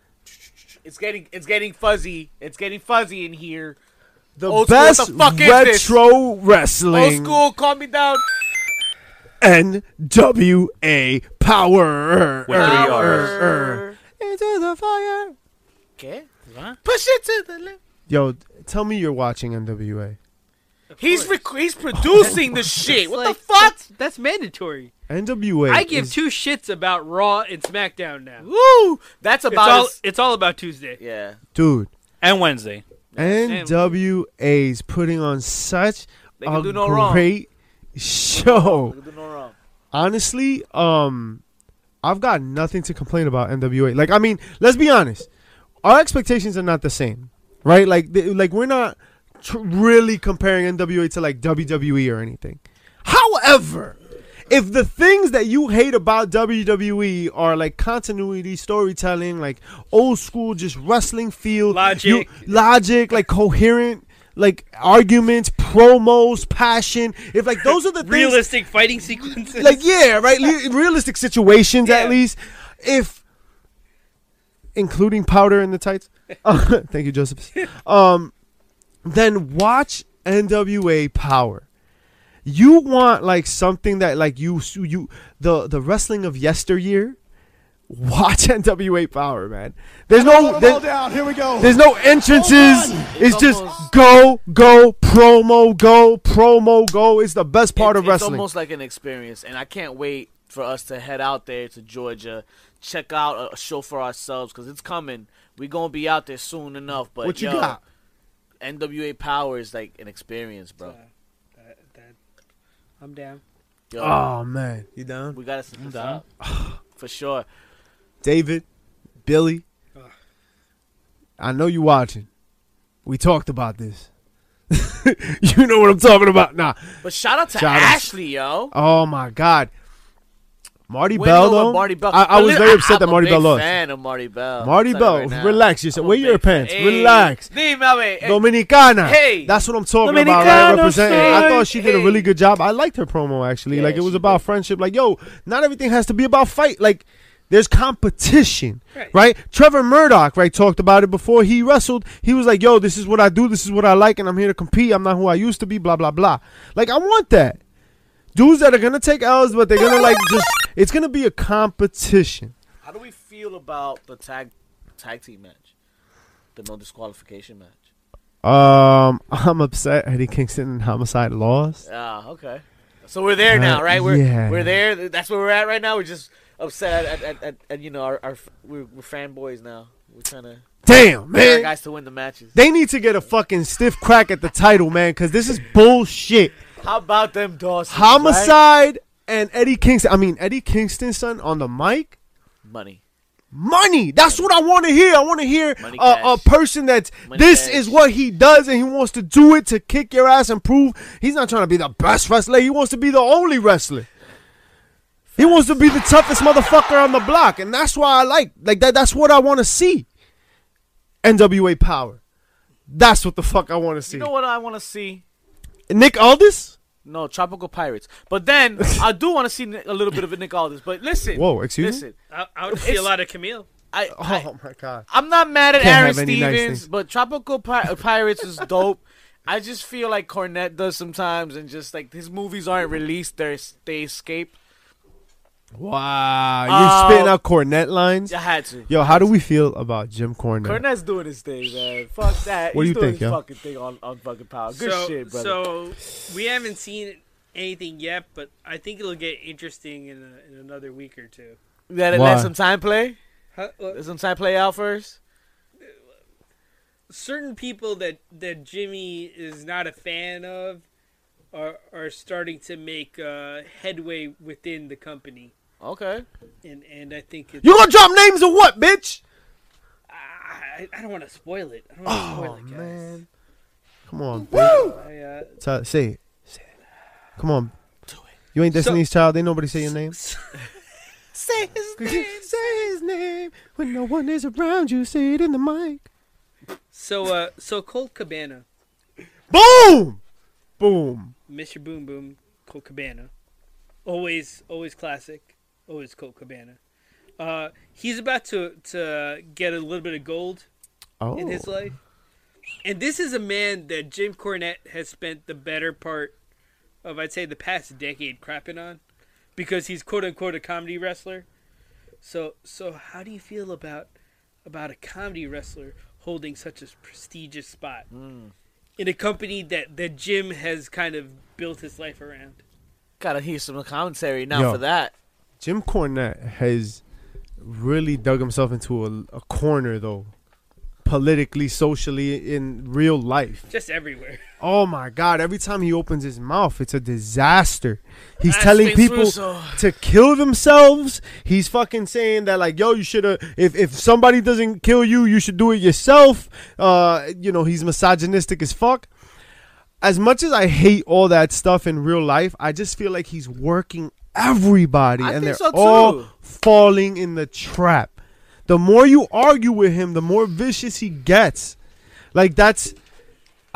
[SPEAKER 1] It's getting it's getting fuzzy. It's getting fuzzy in here.
[SPEAKER 4] The
[SPEAKER 1] Old school, what
[SPEAKER 4] best
[SPEAKER 1] the fuck is this?
[SPEAKER 4] retro wrestling.
[SPEAKER 1] Old school, calm me down.
[SPEAKER 4] NWA Power.
[SPEAKER 2] With three R's.
[SPEAKER 1] Power.
[SPEAKER 4] Into the fire.
[SPEAKER 1] Okay.
[SPEAKER 2] What?
[SPEAKER 1] Push it to the left.
[SPEAKER 4] Yo, t- tell me you're watching NWA.
[SPEAKER 1] He's rec- he's producing
[SPEAKER 5] <laughs>
[SPEAKER 1] the shit. What
[SPEAKER 5] Like,
[SPEAKER 1] the fuck?
[SPEAKER 5] That's, that's mandatory.
[SPEAKER 4] NWA.
[SPEAKER 5] I give
[SPEAKER 4] is-
[SPEAKER 5] two shits about Raw and SmackDown now.
[SPEAKER 1] Woo! That's
[SPEAKER 5] It's
[SPEAKER 1] about
[SPEAKER 5] all,
[SPEAKER 1] as-
[SPEAKER 5] it's all about Tuesday.
[SPEAKER 1] yeah.
[SPEAKER 4] Dude,
[SPEAKER 2] And Wednesday.
[SPEAKER 4] NWA's putting on such
[SPEAKER 1] They can
[SPEAKER 4] a
[SPEAKER 1] do no wrong.
[SPEAKER 4] great show.
[SPEAKER 1] Look at the no wrong.
[SPEAKER 4] Honestly, um, I've got nothing to complain about NWA. Like, I mean, let's be honest. Our expectations are not the same, right? Like, th- like we're not tr- really comparing NWA to like WWE or anything. However, if the things that you hate about WWE are like continuity storytelling, like old school, just wrestling feel,
[SPEAKER 5] Logic.
[SPEAKER 4] you- logic, like coherent, like arguments, promos, passion. If like those are the things <laughs>
[SPEAKER 5] Realistic fighting sequences.
[SPEAKER 4] like yeah, right? Le- realistic situations
[SPEAKER 5] Yeah.
[SPEAKER 4] at least. If including powder in the
[SPEAKER 3] <laughs>
[SPEAKER 4] tights. <laughs> Uh, thank you, Josephus. Um, then watch NWA Power. You want like something that like you you the the wrestling of yesteryear. Watch <laughs> NWA Power, man. There's no there-
[SPEAKER 3] Hold down. Here we go.
[SPEAKER 4] there's no entrances. It's just go go promo go promo go. It's the best part
[SPEAKER 1] It's-
[SPEAKER 4] of wrestling.
[SPEAKER 1] It's almost like an experience, and I can't wait for us to head out there to Georgia, check out a show for ourselves because it's coming. We're gonna be out there soon enough. But
[SPEAKER 4] what you
[SPEAKER 1] yo,
[SPEAKER 4] got?
[SPEAKER 1] NWA Power is like an experience, bro.
[SPEAKER 5] That, that, I'm down.
[SPEAKER 1] Yo,
[SPEAKER 4] Oh man, you down?
[SPEAKER 1] we gotta set this up for sure.
[SPEAKER 4] David, Billy,
[SPEAKER 1] Ah.
[SPEAKER 5] Ugh.
[SPEAKER 4] I know you watching. We talked about this. <laughs> you know what I'm talking about. Nah.
[SPEAKER 1] But shout out to
[SPEAKER 4] Shout out.
[SPEAKER 1] Ashley, yo.
[SPEAKER 4] Oh my God. Marty
[SPEAKER 1] Win
[SPEAKER 4] Bell
[SPEAKER 1] over
[SPEAKER 4] though.
[SPEAKER 1] Marty Bell.
[SPEAKER 4] I, I
[SPEAKER 1] But
[SPEAKER 4] was
[SPEAKER 1] li-
[SPEAKER 4] very upset
[SPEAKER 1] I'm
[SPEAKER 4] that
[SPEAKER 1] a
[SPEAKER 4] Marty
[SPEAKER 1] big
[SPEAKER 4] Bell lost.
[SPEAKER 1] Fan of Marty Bell.
[SPEAKER 4] Marty
[SPEAKER 1] I'll tell you
[SPEAKER 4] Bell,
[SPEAKER 1] now.
[SPEAKER 4] relax yourself.
[SPEAKER 1] I'm a
[SPEAKER 4] Wear your
[SPEAKER 1] big fan.
[SPEAKER 4] pants. Relax.
[SPEAKER 1] Dime, hey.
[SPEAKER 4] Dominicana.
[SPEAKER 1] Hey.
[SPEAKER 4] That's what I'm talking about. Right?
[SPEAKER 2] Dominicano
[SPEAKER 4] Representing. I
[SPEAKER 2] soy.
[SPEAKER 4] thought she did a
[SPEAKER 2] Hey.
[SPEAKER 4] really good job. I liked her promo actually.
[SPEAKER 1] Yeah,
[SPEAKER 4] like it was
[SPEAKER 1] she
[SPEAKER 4] about
[SPEAKER 1] did.
[SPEAKER 4] friendship. Like, yo, not everything has to be about fight. Like, there's competition. Right.
[SPEAKER 5] Right.
[SPEAKER 4] Trevor Murdoch, right, talked about it before he wrestled. He was like, yo, this is what I do, this is what I like, and I'm here to compete. I'm not who I used to be, blah, blah, blah. Like, I want that. Dudes that are gonna take L's, but they're gonna like just it's gonna be a competition.
[SPEAKER 1] How do we feel about the tag tag team match? The no disqualification match.
[SPEAKER 4] Um, <laughs> I'm upset Eddie Kingston and Homicide lost.
[SPEAKER 1] Ah, okay. So we're there now,
[SPEAKER 4] Uh,
[SPEAKER 1] right? We're
[SPEAKER 4] yeah.
[SPEAKER 1] we're there. Th- That's where we're at right now. We're just upset at, at, at, at you know our, our f- we're, we're fanboys now. We're trying to
[SPEAKER 4] Damn,
[SPEAKER 1] get our
[SPEAKER 4] man.
[SPEAKER 1] guys to win the matches.
[SPEAKER 4] They need to get a fucking stiff crack at the title, man, because this is bullshit.
[SPEAKER 1] How about them Dawson?
[SPEAKER 4] Homicide and Eddie Kingston. I mean, Eddie Kingston, son, on the mic.
[SPEAKER 1] Money.
[SPEAKER 4] Money. That's what I want to hear. I want to hear
[SPEAKER 1] Money
[SPEAKER 4] a, a
[SPEAKER 1] cash.
[SPEAKER 4] person that's
[SPEAKER 1] Money
[SPEAKER 4] this
[SPEAKER 1] cash.
[SPEAKER 4] is what he does and he wants to do it to kick your ass and prove he's not trying to be the best wrestler. He wants to be the only wrestler. He wants to be the toughest motherfucker on the block, and that's why I like like that. That's what I want to see. NWA Power. That's what the fuck I want to see.
[SPEAKER 1] You know what I want to see?
[SPEAKER 4] Nick Aldis?
[SPEAKER 1] No, Tropical Pirates. But then I do want to see Nick- a little bit of Nick Aldis. But listen.
[SPEAKER 4] Whoa, excuse me?
[SPEAKER 1] listen,
[SPEAKER 5] I, I would see a
[SPEAKER 1] It's-
[SPEAKER 5] lot of Camille.
[SPEAKER 1] I, I
[SPEAKER 4] Oh my god.
[SPEAKER 1] I'm not mad at
[SPEAKER 4] Can't
[SPEAKER 1] Aaron
[SPEAKER 4] have any nice
[SPEAKER 1] Stevens,
[SPEAKER 4] things.
[SPEAKER 1] but Tropical Pir- Pirates is dope. I just feel like Cornette does sometimes, and just like his movies aren't released, they they escape.
[SPEAKER 4] Wow, you're spitting out cornet lines.
[SPEAKER 1] I had to.
[SPEAKER 4] Yo, how do we feel about Jim Cornette?
[SPEAKER 1] Cornette's doing his thing, man. Fuck that.
[SPEAKER 4] What do you
[SPEAKER 1] He's doing
[SPEAKER 4] think,
[SPEAKER 1] his
[SPEAKER 4] yo?
[SPEAKER 1] fucking thing on, on fucking power. Good
[SPEAKER 5] so,
[SPEAKER 1] shit, brother.
[SPEAKER 5] So we haven't seen anything yet, but I think it'll get interesting in, a, in another week or two.
[SPEAKER 1] let,
[SPEAKER 4] Why?
[SPEAKER 1] let some time play.
[SPEAKER 5] Huh, uh,
[SPEAKER 1] Let some time play out first.
[SPEAKER 5] certain people that, that Jimmy is not a fan of are are starting to make uh, headway within the company,
[SPEAKER 1] Okay.
[SPEAKER 5] and and I think it's,
[SPEAKER 4] You gonna drop names or what, bitch?
[SPEAKER 5] I, I don't want to spoil it. I don't want to spoil it, guys.
[SPEAKER 4] Come on, bitch.
[SPEAKER 5] I, uh,
[SPEAKER 4] Tell- say it. Come on. You ain't Destiny's Child. Ain't nobody say your name.
[SPEAKER 1] Say his
[SPEAKER 4] <laughs> say his name when no one is around. You say it in the mic.
[SPEAKER 5] so uh, so Colt Cabana,
[SPEAKER 4] Boom, boom.
[SPEAKER 5] Mr. Boom Boom, Colt Cabana, always always classic, always Colt Cabana. Uh, he's about to to get a little bit of gold
[SPEAKER 4] Oh,
[SPEAKER 5] in his life. And this is a man that Jim Cornette has spent the better part of, I'd say, the past decade crapping on because he's quote unquote a comedy wrestler. So, so how do you feel about about a comedy wrestler holding such a prestigious spot
[SPEAKER 4] Hmm.
[SPEAKER 5] in a company that that Jim has kind of built his life around?
[SPEAKER 1] Gotta hear some commentary now
[SPEAKER 4] Yo.
[SPEAKER 1] for that.
[SPEAKER 4] Jim Cornette has really dug himself into a, a corner though, politically, socially, in real life.
[SPEAKER 5] Just everywhere.
[SPEAKER 4] Oh my God! Every time he opens his mouth, it's a disaster. He's
[SPEAKER 1] Ah,
[SPEAKER 4] telling
[SPEAKER 1] Vince
[SPEAKER 4] people
[SPEAKER 1] Russo.
[SPEAKER 4] to kill themselves. He's fucking saying that like, yo, you should have. If if somebody doesn't kill you, you should do it yourself. Uh, you know, he's misogynistic as fuck. As much as I hate all that stuff in real life, I just feel like he's working everybody,
[SPEAKER 1] I
[SPEAKER 4] and
[SPEAKER 1] think
[SPEAKER 4] they're
[SPEAKER 1] so,
[SPEAKER 4] all
[SPEAKER 1] too.
[SPEAKER 4] falling in the trap. The more you argue with him, the more vicious he gets. Like that's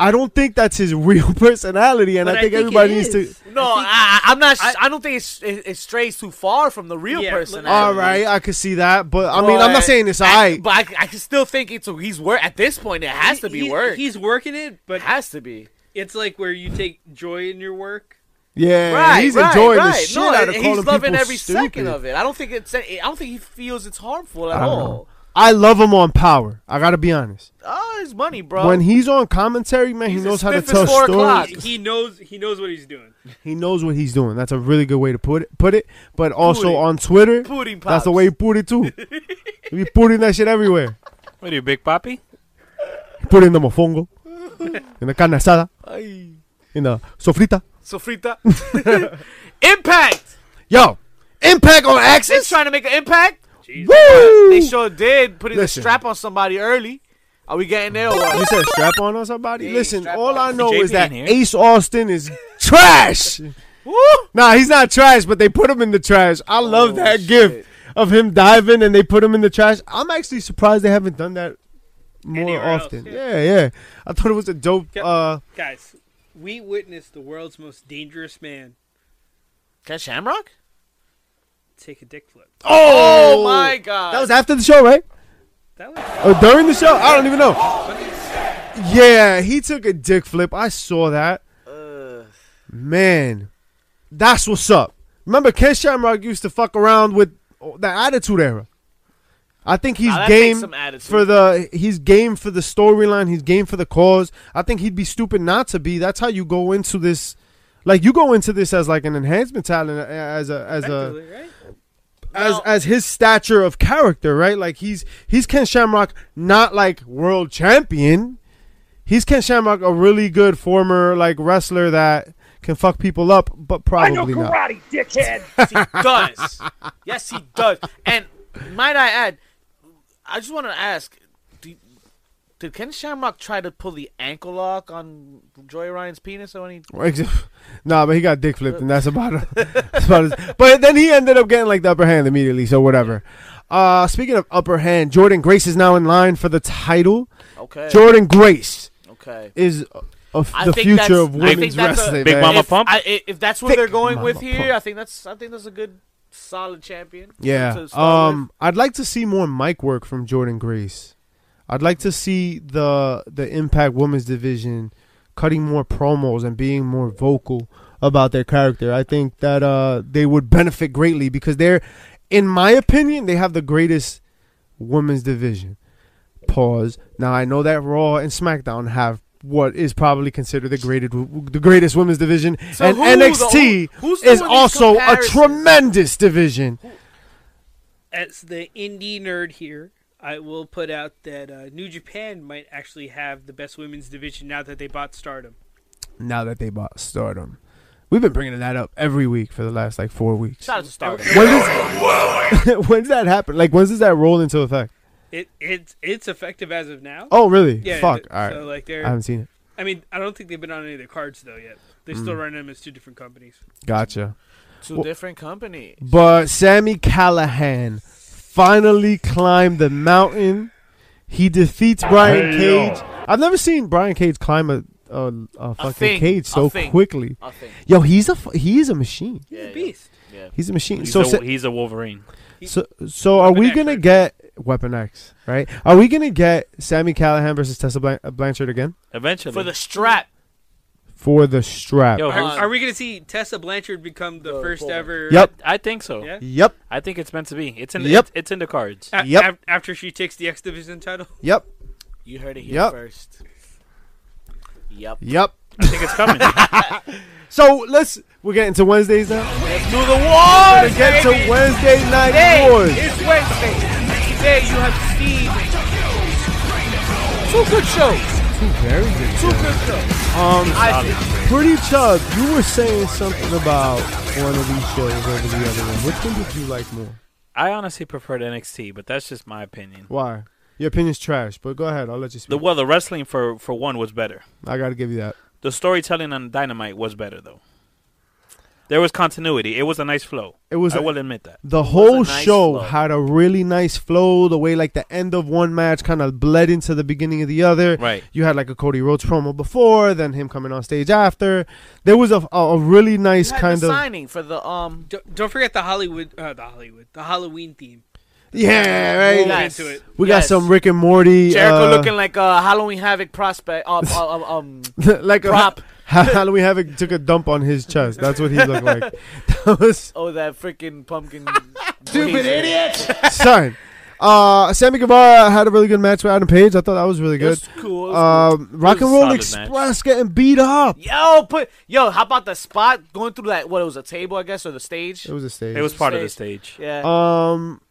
[SPEAKER 4] I don't think that's his <laughs> real personality, and
[SPEAKER 5] But
[SPEAKER 4] I think everybody
[SPEAKER 5] it
[SPEAKER 4] needs to.
[SPEAKER 5] is.
[SPEAKER 1] No,
[SPEAKER 5] think-
[SPEAKER 1] I, I, am not. I, don't think it's, it, it strays too far from the real
[SPEAKER 5] Yeah,
[SPEAKER 1] person.
[SPEAKER 5] look-
[SPEAKER 4] All right, I could see that, but I mean, I'm not
[SPEAKER 1] But-
[SPEAKER 4] saying it's all
[SPEAKER 1] I-
[SPEAKER 4] right.
[SPEAKER 1] But I, I can still think it's he's work at this point. It has to
[SPEAKER 5] He-
[SPEAKER 1] be
[SPEAKER 5] he-
[SPEAKER 1] work. It
[SPEAKER 5] He's working it, but
[SPEAKER 1] has to be.
[SPEAKER 5] it's like where you take joy in your work.
[SPEAKER 4] Yeah,
[SPEAKER 1] Right,
[SPEAKER 4] he's
[SPEAKER 1] right,
[SPEAKER 4] enjoying
[SPEAKER 1] right.
[SPEAKER 4] the shit
[SPEAKER 1] no,
[SPEAKER 4] out of
[SPEAKER 1] and
[SPEAKER 4] calling
[SPEAKER 1] He's loving
[SPEAKER 4] people
[SPEAKER 1] every
[SPEAKER 4] stupid.
[SPEAKER 1] second of it. I don't think it's. I don't think he feels it's harmful at
[SPEAKER 4] I don't
[SPEAKER 1] all.
[SPEAKER 4] I love him on Power. I gotta be honest.
[SPEAKER 1] Oh, it's money, bro.
[SPEAKER 4] When he's on commentary, man, he
[SPEAKER 1] He's
[SPEAKER 4] knows
[SPEAKER 1] as
[SPEAKER 4] how to
[SPEAKER 1] stiff as
[SPEAKER 4] tell
[SPEAKER 1] four
[SPEAKER 4] stories.
[SPEAKER 1] o'clock.
[SPEAKER 5] He, he knows he knows what he's doing.
[SPEAKER 4] He knows what he's doing. That's a really good way to put it. Put it, but also
[SPEAKER 1] Booty.
[SPEAKER 4] on Twitter,
[SPEAKER 1] Booty pops.
[SPEAKER 4] that's the way he put it
[SPEAKER 1] <laughs>
[SPEAKER 4] too. he put in that shit everywhere.
[SPEAKER 2] What are you, Big Poppy?
[SPEAKER 4] Put in the mofongo, in the carne asada,
[SPEAKER 1] Ay.
[SPEAKER 4] in the sofrita.
[SPEAKER 1] Sofrita.
[SPEAKER 4] <laughs>
[SPEAKER 1] <laughs> impact.
[SPEAKER 4] Yo, impact on
[SPEAKER 1] They're
[SPEAKER 4] Axis.
[SPEAKER 1] trying to make an impact.
[SPEAKER 4] Woo!
[SPEAKER 1] They sure did putting
[SPEAKER 4] Listen.
[SPEAKER 1] the strap on somebody early. Are we getting there or
[SPEAKER 4] You
[SPEAKER 1] what?
[SPEAKER 4] said strap on on somebody.
[SPEAKER 1] Yeah,
[SPEAKER 4] Listen,
[SPEAKER 1] strap
[SPEAKER 4] all
[SPEAKER 1] on.
[SPEAKER 4] I know
[SPEAKER 2] JP
[SPEAKER 4] is that
[SPEAKER 2] in here.
[SPEAKER 4] Ace Austin is <laughs> trash.
[SPEAKER 1] Woo!
[SPEAKER 4] Nah, he's not trash, but they put him in the trash. I love
[SPEAKER 1] Oh,
[SPEAKER 4] that
[SPEAKER 1] shit.
[SPEAKER 4] gift of him diving and they put him in the trash. I'm actually surprised they haven't done that more
[SPEAKER 5] Anywhere else,
[SPEAKER 4] often.
[SPEAKER 5] yeah.
[SPEAKER 4] yeah. yeah, I thought it was a dope.
[SPEAKER 5] Yep.
[SPEAKER 4] Uh,
[SPEAKER 5] Guys, we witnessed the world's most dangerous man
[SPEAKER 1] Ken Shamrock?
[SPEAKER 5] take a dick flip.
[SPEAKER 1] Oh, my god.
[SPEAKER 4] that was after the show, right?
[SPEAKER 5] That was
[SPEAKER 4] Or Oh, during the show? I don't even know. Yeah, he took a dick flip. I saw that.
[SPEAKER 1] Uh,
[SPEAKER 4] Man, that's what's up. Remember, Ken Shamrock used to fuck around with the Attitude Era. I think he's
[SPEAKER 1] Now that takes
[SPEAKER 4] game
[SPEAKER 1] some attitude.
[SPEAKER 4] for the he's game for the storyline. He's game for the cause. I think he'd be stupid not to be. That's how you go into this. Like you go into this as like an enhancement talent, as a as a
[SPEAKER 5] effectively, right?
[SPEAKER 4] as
[SPEAKER 1] Now-
[SPEAKER 4] as his stature of character, right? Like he's he's Ken Shamrock, not like world champion. He's Ken Shamrock, a really good former like wrestler that can fuck people up, but probably not.
[SPEAKER 3] dickhead.
[SPEAKER 1] does. yes, he does. And might I add, I just want to ask: do, Did Ken Shamrock try to pull the ankle lock on Joy Ryan's penis or any?
[SPEAKER 4] <laughs> nah, but he got dick flipped, and that's about it. <laughs> That's about it. But then he ended up getting like the upper hand immediately, so whatever. Uh, speaking of upper hand, Jordan Grace is now in line for the title.
[SPEAKER 1] Okay.
[SPEAKER 4] Jordan Grace
[SPEAKER 1] okay.
[SPEAKER 4] is uh, of
[SPEAKER 1] I
[SPEAKER 4] the
[SPEAKER 1] think
[SPEAKER 4] future
[SPEAKER 1] that's-
[SPEAKER 4] of
[SPEAKER 1] I think
[SPEAKER 4] women's
[SPEAKER 1] that's a-
[SPEAKER 4] wrestling.
[SPEAKER 2] Big
[SPEAKER 4] man.
[SPEAKER 2] Mama
[SPEAKER 1] if,
[SPEAKER 2] Pump?
[SPEAKER 1] I, i- if that's what
[SPEAKER 4] Thick
[SPEAKER 1] they're going
[SPEAKER 4] Mama
[SPEAKER 1] with here,
[SPEAKER 4] Pump.
[SPEAKER 1] I think that's I think that's a good solid champion.
[SPEAKER 4] Yeah.
[SPEAKER 1] to start
[SPEAKER 4] Um, I'd like to see more mic work from Jordan Grace. I'd like to see the the Impact Women's Division cutting more promos and being more vocal about their character. I think that uh, they would benefit greatly because they're, in my opinion, they have the greatest women's division. Pause. Now I know that Raw and SmackDown have what is probably considered the graded the greatest women's division,
[SPEAKER 1] So
[SPEAKER 4] and
[SPEAKER 1] who the-
[SPEAKER 4] NXT
[SPEAKER 1] who's
[SPEAKER 4] is
[SPEAKER 1] doing these
[SPEAKER 4] also a
[SPEAKER 1] comparisons?
[SPEAKER 4] tremendous division.
[SPEAKER 5] As the indie nerd here, I will put out that uh, New Japan might actually have the best women's division now that they bought Stardom.
[SPEAKER 4] now that they bought Stardom. We've been bringing that up every week for the last like four weeks.
[SPEAKER 1] Shout out to Stardom.
[SPEAKER 4] <laughs> When
[SPEAKER 3] <laughs>
[SPEAKER 4] does, <laughs> when does that happen? Like, when does that roll into effect?
[SPEAKER 5] It it's it's effective as of now.
[SPEAKER 4] Oh, really?
[SPEAKER 5] yeah.
[SPEAKER 4] Fuck.
[SPEAKER 5] So
[SPEAKER 4] All right.
[SPEAKER 5] like
[SPEAKER 4] I
[SPEAKER 5] they're
[SPEAKER 4] haven't seen it.
[SPEAKER 5] I mean, I don't think they've been on any of their cards though yet. They still
[SPEAKER 4] Mm.
[SPEAKER 5] run them as two different companies.
[SPEAKER 4] Gotcha.
[SPEAKER 1] Two
[SPEAKER 4] Well-
[SPEAKER 1] different companies.
[SPEAKER 4] But Sammy Callahan finally climbed the mountain. He defeats Brian
[SPEAKER 3] Hey, yo.
[SPEAKER 4] Cage. I've never seen Brian Cage climb a, a, a fucking
[SPEAKER 1] thing,
[SPEAKER 4] cage
[SPEAKER 1] a
[SPEAKER 4] so
[SPEAKER 1] thing.
[SPEAKER 4] quickly.
[SPEAKER 1] I think.
[SPEAKER 4] Yo, he's a fu- he is a machine.
[SPEAKER 5] He's
[SPEAKER 1] Yeah,
[SPEAKER 5] a
[SPEAKER 1] yeah.
[SPEAKER 5] beast.
[SPEAKER 4] He's a machine.
[SPEAKER 2] He's,
[SPEAKER 4] so
[SPEAKER 2] a,
[SPEAKER 4] Sa-
[SPEAKER 2] he's a Wolverine.
[SPEAKER 4] So, so are
[SPEAKER 5] Weapon
[SPEAKER 4] we
[SPEAKER 5] X,
[SPEAKER 4] gonna
[SPEAKER 5] right?
[SPEAKER 4] get Weapon X? Right? Are we gonna get Sammy Callahan versus Tessa Blan- uh, Blanchard again
[SPEAKER 2] Eventually.
[SPEAKER 1] For the strap.
[SPEAKER 4] for the strap?
[SPEAKER 2] Yo,
[SPEAKER 5] Are,
[SPEAKER 2] who's-
[SPEAKER 5] are we gonna see Tessa Blanchard become the
[SPEAKER 1] The
[SPEAKER 5] first
[SPEAKER 1] Bulldog.
[SPEAKER 5] ever?
[SPEAKER 4] Yep.
[SPEAKER 2] I think so.
[SPEAKER 5] Yeah.
[SPEAKER 4] Yep.
[SPEAKER 2] I think it's meant to be. It's in.
[SPEAKER 4] Yep.
[SPEAKER 2] It's, it's in the cards.
[SPEAKER 5] A-
[SPEAKER 4] Yep.
[SPEAKER 5] af- after she takes the X Division title,
[SPEAKER 4] Yep.
[SPEAKER 1] You heard it here
[SPEAKER 4] Yep.
[SPEAKER 1] first. Yep.
[SPEAKER 4] Yep.
[SPEAKER 2] I think it's coming.
[SPEAKER 4] <laughs> So let's we're getting to Wednesdays now.
[SPEAKER 1] Do the war.
[SPEAKER 4] Let's get to Wednesday night
[SPEAKER 1] Today
[SPEAKER 4] wars.
[SPEAKER 1] is Wednesday. Today you have seen two good shows.
[SPEAKER 4] Very good.
[SPEAKER 1] Two good shows.
[SPEAKER 4] Um,
[SPEAKER 1] I think
[SPEAKER 4] Pretty Chubb, you were saying something about one of these shows over the other one. Which one did you like more?
[SPEAKER 2] I honestly preferred NXT, but that's just my opinion.
[SPEAKER 4] Why? Your opinion's trash, but go ahead. I'll let you
[SPEAKER 2] The
[SPEAKER 4] speak.
[SPEAKER 2] well, the wrestling for for one was better.
[SPEAKER 4] I gotta give you that.
[SPEAKER 2] The storytelling on Dynamite was better though. There was continuity. It was a nice flow.
[SPEAKER 4] It was
[SPEAKER 2] I
[SPEAKER 4] a-
[SPEAKER 2] will admit that.
[SPEAKER 4] The whole
[SPEAKER 1] nice
[SPEAKER 4] show
[SPEAKER 1] flow.
[SPEAKER 4] had a really nice flow. The way like the end of one match kind of bled into the beginning of the other.
[SPEAKER 2] Right.
[SPEAKER 4] You had like a Cody Rhodes promo before, then him coming on stage after. There was a a, a really nice
[SPEAKER 1] You had
[SPEAKER 4] kind
[SPEAKER 1] the
[SPEAKER 4] of
[SPEAKER 1] signing for the um.
[SPEAKER 5] Don't, don't forget the Hollywood, uh, the Hollywood, the Halloween theme.
[SPEAKER 4] yeah right.
[SPEAKER 5] Yes. into it.
[SPEAKER 4] We
[SPEAKER 1] Yes.
[SPEAKER 4] got some Rick and Morty.
[SPEAKER 1] Jericho
[SPEAKER 4] uh,
[SPEAKER 1] looking like a Halloween Havoc prospect. Uh, uh, um, um,
[SPEAKER 4] <laughs> like a
[SPEAKER 1] prop.
[SPEAKER 4] Ha- Halloween Havoc took a dump on his chest. That's what he looked like. <laughs> That was
[SPEAKER 1] oh, that
[SPEAKER 4] <laughs>
[SPEAKER 1] freaking pumpkin.
[SPEAKER 3] Stupid idiot!
[SPEAKER 4] son. Uh, Sammy Guevara had a really good match with Adam Page. I thought that was really
[SPEAKER 1] It
[SPEAKER 4] good.
[SPEAKER 1] was cool. it was
[SPEAKER 4] Um,
[SPEAKER 2] It was
[SPEAKER 4] Rock and
[SPEAKER 2] a
[SPEAKER 4] Roll
[SPEAKER 2] solid
[SPEAKER 4] Express getting beat up.
[SPEAKER 1] cool. Yo, put yo. How about the spot going through that? What it was a table, I guess, or the stage.
[SPEAKER 4] It was a stage.
[SPEAKER 2] It was part of the stage.
[SPEAKER 1] yeah,
[SPEAKER 4] Uh, Um,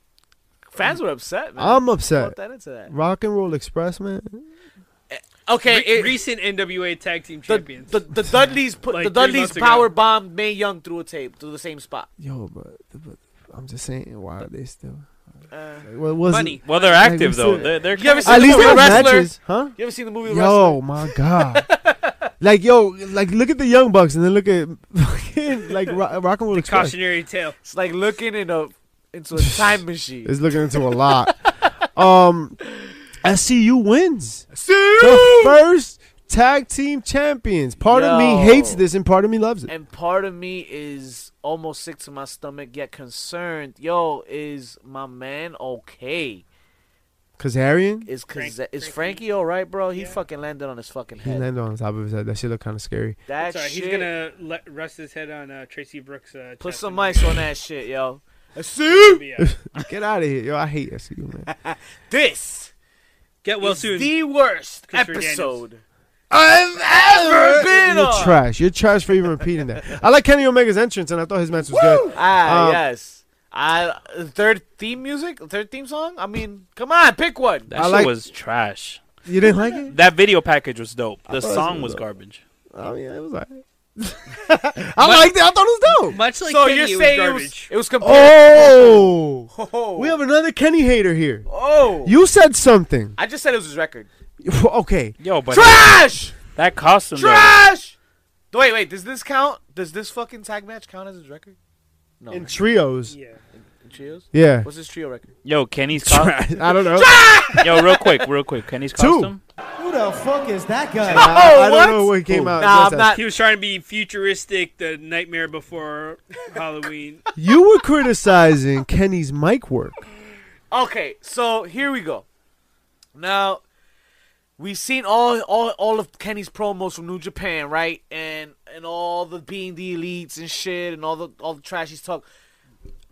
[SPEAKER 1] fans were upset. Man.
[SPEAKER 4] I'm
[SPEAKER 1] Brought
[SPEAKER 4] upset.
[SPEAKER 1] that into that.
[SPEAKER 4] Rock and Roll Express, man.
[SPEAKER 1] Okay,
[SPEAKER 5] Re-
[SPEAKER 1] it,
[SPEAKER 5] recent NWA Tag Team
[SPEAKER 1] the,
[SPEAKER 5] Champions.
[SPEAKER 1] the the Dudleys put
[SPEAKER 5] Like
[SPEAKER 1] the
[SPEAKER 5] three
[SPEAKER 1] Dudleys
[SPEAKER 5] months ago.
[SPEAKER 1] power bombed May Young through a tape through the same spot.
[SPEAKER 4] Yo, but, but I'm just saying, why are they still?
[SPEAKER 1] Uh,
[SPEAKER 4] Like, what was
[SPEAKER 5] Funny.
[SPEAKER 2] Well, they're
[SPEAKER 4] Like we
[SPEAKER 2] active though.
[SPEAKER 4] said.
[SPEAKER 2] They're, they're
[SPEAKER 1] You ever
[SPEAKER 2] kinda-
[SPEAKER 4] It? At least they
[SPEAKER 1] Wrestler.
[SPEAKER 4] have matches, huh?
[SPEAKER 1] you ever seen the movie? The Wrestler?
[SPEAKER 4] Yo, my god. like yo, like look at the Young Bucks and then look at fucking like Ro- Rock and Roll Express.
[SPEAKER 5] cautionary tale.
[SPEAKER 1] It's like looking in a
[SPEAKER 4] <laughs>
[SPEAKER 1] into a time machine.
[SPEAKER 4] is looking into a lot. um, SCU
[SPEAKER 1] <laughs>
[SPEAKER 4] wins. The first tag team champions. Part of me
[SPEAKER 1] Yo.
[SPEAKER 4] hates this and part of me loves it.
[SPEAKER 1] And part of me is almost sick to my stomach, yet concerned. Yo, is my man okay?
[SPEAKER 4] Kazarian,
[SPEAKER 1] Is
[SPEAKER 5] Frank-
[SPEAKER 1] Kaze- is
[SPEAKER 5] Frankie.
[SPEAKER 1] Frankie all right, bro? He
[SPEAKER 5] Yeah.
[SPEAKER 1] fucking landed on his fucking
[SPEAKER 4] he
[SPEAKER 1] head.
[SPEAKER 4] landed on top of his head. That shit looked kind of scary.
[SPEAKER 1] that
[SPEAKER 5] Sorry,
[SPEAKER 1] shit.
[SPEAKER 5] he's gonna let, rest his head on uh, Tracy Brooks. Uh,
[SPEAKER 1] Put
[SPEAKER 5] chest
[SPEAKER 1] some
[SPEAKER 5] and-
[SPEAKER 1] ice on that shit, yo. Assume
[SPEAKER 5] Yeah.
[SPEAKER 1] <laughs>
[SPEAKER 4] Get out of here, yo! I hate SCU, man.
[SPEAKER 1] this
[SPEAKER 5] Get well
[SPEAKER 1] is
[SPEAKER 5] soon.
[SPEAKER 1] the worst
[SPEAKER 5] Christopher Daniels.
[SPEAKER 1] episode.
[SPEAKER 4] I've
[SPEAKER 1] ever been
[SPEAKER 4] You're
[SPEAKER 1] on.
[SPEAKER 4] trash. You're trash for even repeating
[SPEAKER 1] <laughs>
[SPEAKER 4] that. I like Kenny Omega's entrance, and I thought his match was good.
[SPEAKER 1] Ah,
[SPEAKER 4] Um,
[SPEAKER 1] yes. I third theme music, third theme song. I mean, come on, pick one.
[SPEAKER 2] That
[SPEAKER 4] I
[SPEAKER 2] shit
[SPEAKER 4] like-
[SPEAKER 2] was trash.
[SPEAKER 4] You didn't like
[SPEAKER 1] <laughs>
[SPEAKER 4] it?
[SPEAKER 2] That video package was dope. The
[SPEAKER 4] it
[SPEAKER 2] song
[SPEAKER 4] was
[SPEAKER 2] was
[SPEAKER 4] dope.
[SPEAKER 2] garbage.
[SPEAKER 4] Oh yeah, it was alright. <laughs> I liked it. I thought it was dope.
[SPEAKER 5] Much like
[SPEAKER 1] so
[SPEAKER 5] Kenny,
[SPEAKER 1] you're
[SPEAKER 5] it was
[SPEAKER 1] saying
[SPEAKER 5] garbage.
[SPEAKER 1] it was, it was compared?
[SPEAKER 4] Oh,
[SPEAKER 1] Oh,
[SPEAKER 4] we have another Kenny hater here.
[SPEAKER 1] oh.
[SPEAKER 4] You said something. <laughs>
[SPEAKER 1] I just said it was his record.
[SPEAKER 4] Okay,
[SPEAKER 2] Yo, but
[SPEAKER 1] Trash!
[SPEAKER 2] that costume. Though,
[SPEAKER 1] Trash! Wait, wait. Does this count? Does this fucking tag match count as his record? No.
[SPEAKER 4] in
[SPEAKER 1] right?
[SPEAKER 4] trios.
[SPEAKER 5] yeah.
[SPEAKER 1] In trios.
[SPEAKER 4] Yeah.
[SPEAKER 1] What's his trio record?
[SPEAKER 2] yo, Kenny's costume.
[SPEAKER 4] I don't know.
[SPEAKER 2] yo, real quick, real quick. Kenny's
[SPEAKER 4] Two.
[SPEAKER 2] costume.
[SPEAKER 6] Who the fuck is that guy?
[SPEAKER 4] <laughs> I, I
[SPEAKER 1] what?
[SPEAKER 4] don't know what came out.
[SPEAKER 1] Nah,
[SPEAKER 4] Just
[SPEAKER 1] I'm
[SPEAKER 4] that.
[SPEAKER 1] not.
[SPEAKER 5] He was trying to be futuristic, the nightmare before
[SPEAKER 1] <laughs>
[SPEAKER 5] Halloween.
[SPEAKER 4] You were criticizing Kenny's mic work.
[SPEAKER 1] Okay, so here we go. Now, we've seen all all all of Kenny's promos from New Japan, right? And and all the being the elites and shit, and all the all the trash he's talk.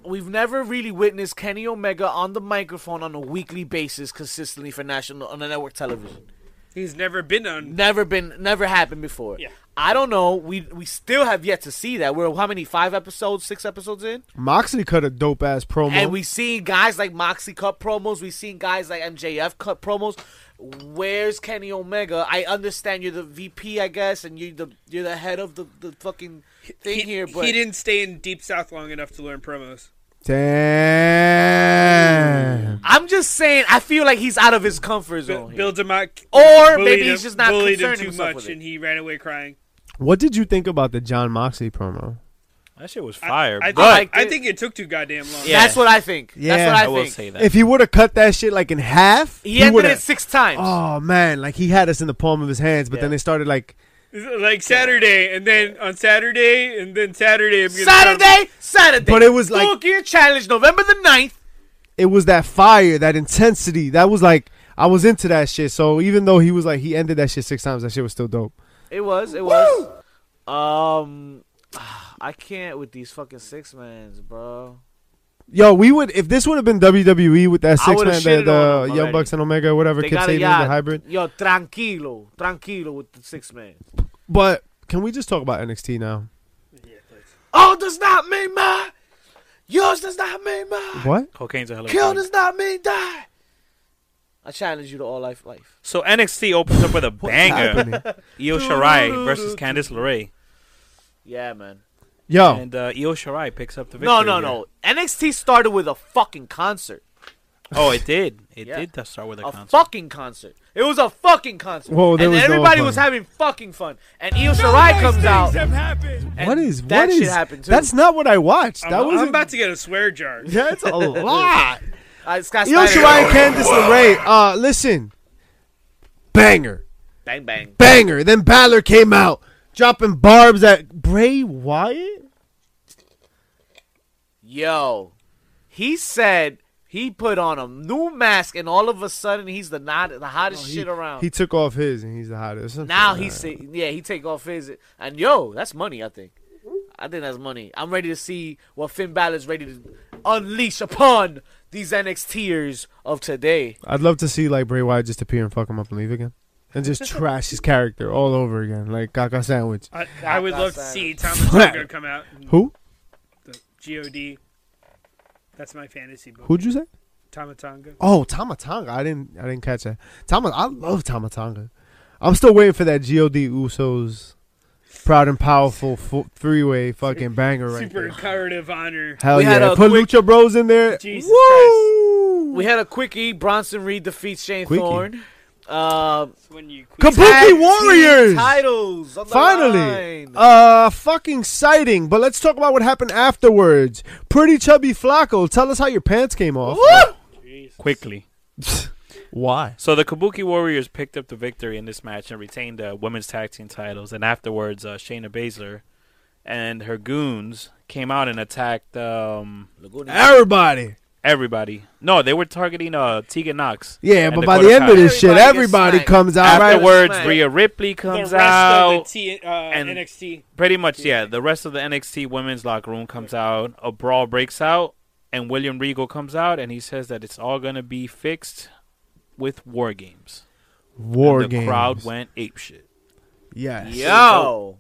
[SPEAKER 1] We've never really witnessed Kenny Omega on the microphone on a weekly basis consistently for national on the network television.
[SPEAKER 5] He's never been on.
[SPEAKER 1] Never been, never happened before.
[SPEAKER 5] Yeah.
[SPEAKER 1] I don't know. We we still have yet to see that. We're how many? Five episodes, six episodes in,
[SPEAKER 4] Moxley cut a dope ass promo.
[SPEAKER 1] and we seen guys like Moxie cut promos. We seen guys like MJF cut promos. Where's Kenny Omega? I understand you're the VP, I guess, and you're the you're the head of the, the fucking thing
[SPEAKER 5] He,
[SPEAKER 1] here. But
[SPEAKER 5] he didn't stay in Deep South long enough to learn promos.
[SPEAKER 4] Damn.
[SPEAKER 1] I'm just saying. I feel like he's out of his comfort
[SPEAKER 5] Bill,
[SPEAKER 1] zone. here.
[SPEAKER 5] Bill DeMott
[SPEAKER 1] Or
[SPEAKER 5] bullied
[SPEAKER 1] maybe he's
[SPEAKER 5] him-
[SPEAKER 1] just not
[SPEAKER 5] bullied him
[SPEAKER 1] concerning
[SPEAKER 5] too
[SPEAKER 1] himself
[SPEAKER 5] much,
[SPEAKER 1] with it.
[SPEAKER 5] and he ran away crying.
[SPEAKER 4] What did you think about the John Moxley promo?
[SPEAKER 2] That shit was fire.
[SPEAKER 5] I, I,
[SPEAKER 2] but
[SPEAKER 5] think,
[SPEAKER 1] But-
[SPEAKER 5] I think it took too goddamn long.
[SPEAKER 1] That's what I think.
[SPEAKER 4] Yeah.
[SPEAKER 1] That's what I,
[SPEAKER 2] I will
[SPEAKER 1] think.
[SPEAKER 2] say that.
[SPEAKER 4] If he would have cut that shit like in half,
[SPEAKER 1] He ended
[SPEAKER 4] would've-
[SPEAKER 1] it six times.
[SPEAKER 4] Oh man, like he had us in the palm of his hands, but
[SPEAKER 1] Yeah.
[SPEAKER 4] then they started like
[SPEAKER 5] uh, Like Saturday, and then on Saturday, and then Saturday. I'm gonna
[SPEAKER 1] Saturday, Saturday.
[SPEAKER 4] But it was like-
[SPEAKER 1] Full Gear Challenge, November the 9th.
[SPEAKER 4] it was that fire, that intensity. That was like I was into that shit. So even though he was like he ended that shit six times, that shit was still dope.
[SPEAKER 1] It was. It was. Um, <sighs> I can't with these fucking six mans, bro.
[SPEAKER 4] Yo, we would if this would have been WWE with that
[SPEAKER 1] I
[SPEAKER 4] six
[SPEAKER 1] would've
[SPEAKER 4] man, the,
[SPEAKER 1] shitted on
[SPEAKER 4] the
[SPEAKER 1] him
[SPEAKER 4] Young
[SPEAKER 1] already.
[SPEAKER 4] Bucks and Omega, whatever,
[SPEAKER 1] They
[SPEAKER 4] Kip
[SPEAKER 1] got a
[SPEAKER 4] Sabian,
[SPEAKER 1] yeah,
[SPEAKER 4] the hybrid.
[SPEAKER 1] Yo, tranquilo, tranquilo with the six man.
[SPEAKER 4] But can we just talk about NXT now?
[SPEAKER 1] All does not mean my. Yours does not mean my.
[SPEAKER 4] What?
[SPEAKER 2] cocaine's a hell of a
[SPEAKER 1] Kill
[SPEAKER 2] drug.
[SPEAKER 1] does not mean die. I challenge you to all life, life.
[SPEAKER 2] So NXT opens up with a banger.
[SPEAKER 4] happening?
[SPEAKER 2] <laughs> Io Shirai versus Candice LeRae,
[SPEAKER 1] Yeah, man.
[SPEAKER 4] Yo,
[SPEAKER 2] and uh, Io Shirai picks up the victory.
[SPEAKER 1] No, no,
[SPEAKER 2] here.
[SPEAKER 1] no. NXT started with a fucking concert.
[SPEAKER 2] Oh, it did. It
[SPEAKER 1] Yeah.
[SPEAKER 2] did did start with a,
[SPEAKER 1] a
[SPEAKER 2] concert.
[SPEAKER 1] fucking concert. It was a fucking concert.
[SPEAKER 4] Whoa, there
[SPEAKER 1] and
[SPEAKER 4] was no
[SPEAKER 1] everybody
[SPEAKER 4] fun.
[SPEAKER 1] was having fucking fun. And Io Shirai comes out. and
[SPEAKER 4] what is
[SPEAKER 1] that
[SPEAKER 4] what
[SPEAKER 1] shit
[SPEAKER 4] is-
[SPEAKER 1] happened too?
[SPEAKER 4] That's not what I watched.
[SPEAKER 5] I'm,
[SPEAKER 4] that was
[SPEAKER 5] I'm about to get a swear jar.
[SPEAKER 4] <laughs> That's
[SPEAKER 1] <laughs>
[SPEAKER 4] a lot.
[SPEAKER 1] uh, Scott
[SPEAKER 4] Io
[SPEAKER 1] Steiner.
[SPEAKER 4] Shirai and Candice LeRae. Uh, listen, banger,
[SPEAKER 1] Bang bang.
[SPEAKER 4] banger. Then Balor came out dropping barbs at Bray Wyatt.
[SPEAKER 1] Yo, he said he put on a new mask, and all of a sudden he's the not the hottest shit around.
[SPEAKER 4] He took off his, and he's the hottest.
[SPEAKER 1] now he say, yeah, he take off his and yo, that's money. I think, I think that's money. I'm ready to see what Finn Balor's ready to unleash upon these NXTers of today.
[SPEAKER 4] I'd love to see like Bray Wyatt just appear and fuck him up and leave again, and
[SPEAKER 1] <laughs>
[SPEAKER 4] just trash his character all over again, like Kaka Sandwich.
[SPEAKER 5] I, I would love to
[SPEAKER 1] Outside.
[SPEAKER 5] see Tom Matonga come out. and
[SPEAKER 4] Who?
[SPEAKER 5] The God. That's my fantasy book.
[SPEAKER 4] Who'd you say?
[SPEAKER 5] Tom Matonga.
[SPEAKER 4] Oh, Tamatanga. I didn't. I didn't catch that. Tama. I love Tamatanga. I'm still waiting for that God Usos, proud and powerful fo- three way fucking banger right
[SPEAKER 5] Super
[SPEAKER 4] there.
[SPEAKER 5] imperative honor.
[SPEAKER 4] Hell
[SPEAKER 1] We had uh,
[SPEAKER 4] yeah!
[SPEAKER 1] a
[SPEAKER 4] Put
[SPEAKER 1] quick-
[SPEAKER 4] Lucha Bros in there.
[SPEAKER 5] Jesus
[SPEAKER 4] Woo!
[SPEAKER 1] We had a quickie. Bronson Reed defeats Shane
[SPEAKER 4] Quickie.
[SPEAKER 1] Thorne. Um,
[SPEAKER 5] That's when you quit.
[SPEAKER 1] tag
[SPEAKER 4] Kabuki
[SPEAKER 1] team
[SPEAKER 4] Warriors.
[SPEAKER 1] titles on the
[SPEAKER 4] Finally,
[SPEAKER 1] line.
[SPEAKER 4] uh, fucking sighting. But let's talk about what happened afterwards. Pretty chubby Flacco, tell us how your pants came off.
[SPEAKER 2] Quickly.
[SPEAKER 4] Why?
[SPEAKER 2] So the Kabuki Warriors picked up the victory in this match and retained the women's tag team titles. And afterwards, uh, Shayna Baszler and her goons came out and attacked um,
[SPEAKER 4] Everybody.
[SPEAKER 2] everybody. No, they were targeting uh, Tegan Knox.
[SPEAKER 4] Yeah,
[SPEAKER 2] and
[SPEAKER 4] but by
[SPEAKER 2] Dakota
[SPEAKER 4] the end of
[SPEAKER 2] Kai.
[SPEAKER 4] this shit,
[SPEAKER 1] Everybody gets
[SPEAKER 4] everybody
[SPEAKER 1] sniped.
[SPEAKER 4] comes out right.
[SPEAKER 2] afterwards,
[SPEAKER 1] Smack.
[SPEAKER 2] Rhea Ripley
[SPEAKER 5] The
[SPEAKER 2] comes
[SPEAKER 5] rest
[SPEAKER 2] out.
[SPEAKER 5] of the T, uh,
[SPEAKER 2] and-
[SPEAKER 5] NXT.
[SPEAKER 2] Pretty much, yeah. The rest of the NXT women's locker room comes out. A brawl breaks out, and William Regal comes out, and he says that it's all gonna be fixed with war games.
[SPEAKER 4] War
[SPEAKER 2] and the
[SPEAKER 4] game.
[SPEAKER 2] crowd went ape shit.
[SPEAKER 4] Yes.
[SPEAKER 1] Yo,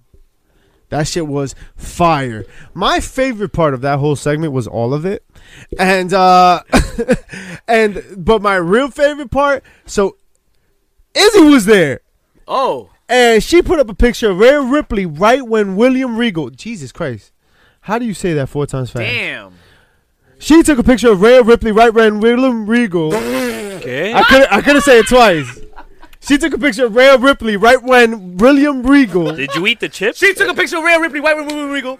[SPEAKER 4] That shit was fire. My favorite part of that whole segment was all of it. And uh <laughs> and but my real favorite part, so Izzy was there.
[SPEAKER 1] oh,
[SPEAKER 4] And she put up a picture of Rhea Ripley right when William Regal. Jesus Christ. How do you say that four times fast?
[SPEAKER 1] damn.
[SPEAKER 4] She took a picture of Rhea Ripley right when William Regal.
[SPEAKER 2] Okay.
[SPEAKER 4] I could I couldn't say it twice. She took a picture of Rhea Ripley right when William Regal.
[SPEAKER 2] Did you eat the chips?
[SPEAKER 1] She took a picture of Rhea Ripley, White Woman Regal.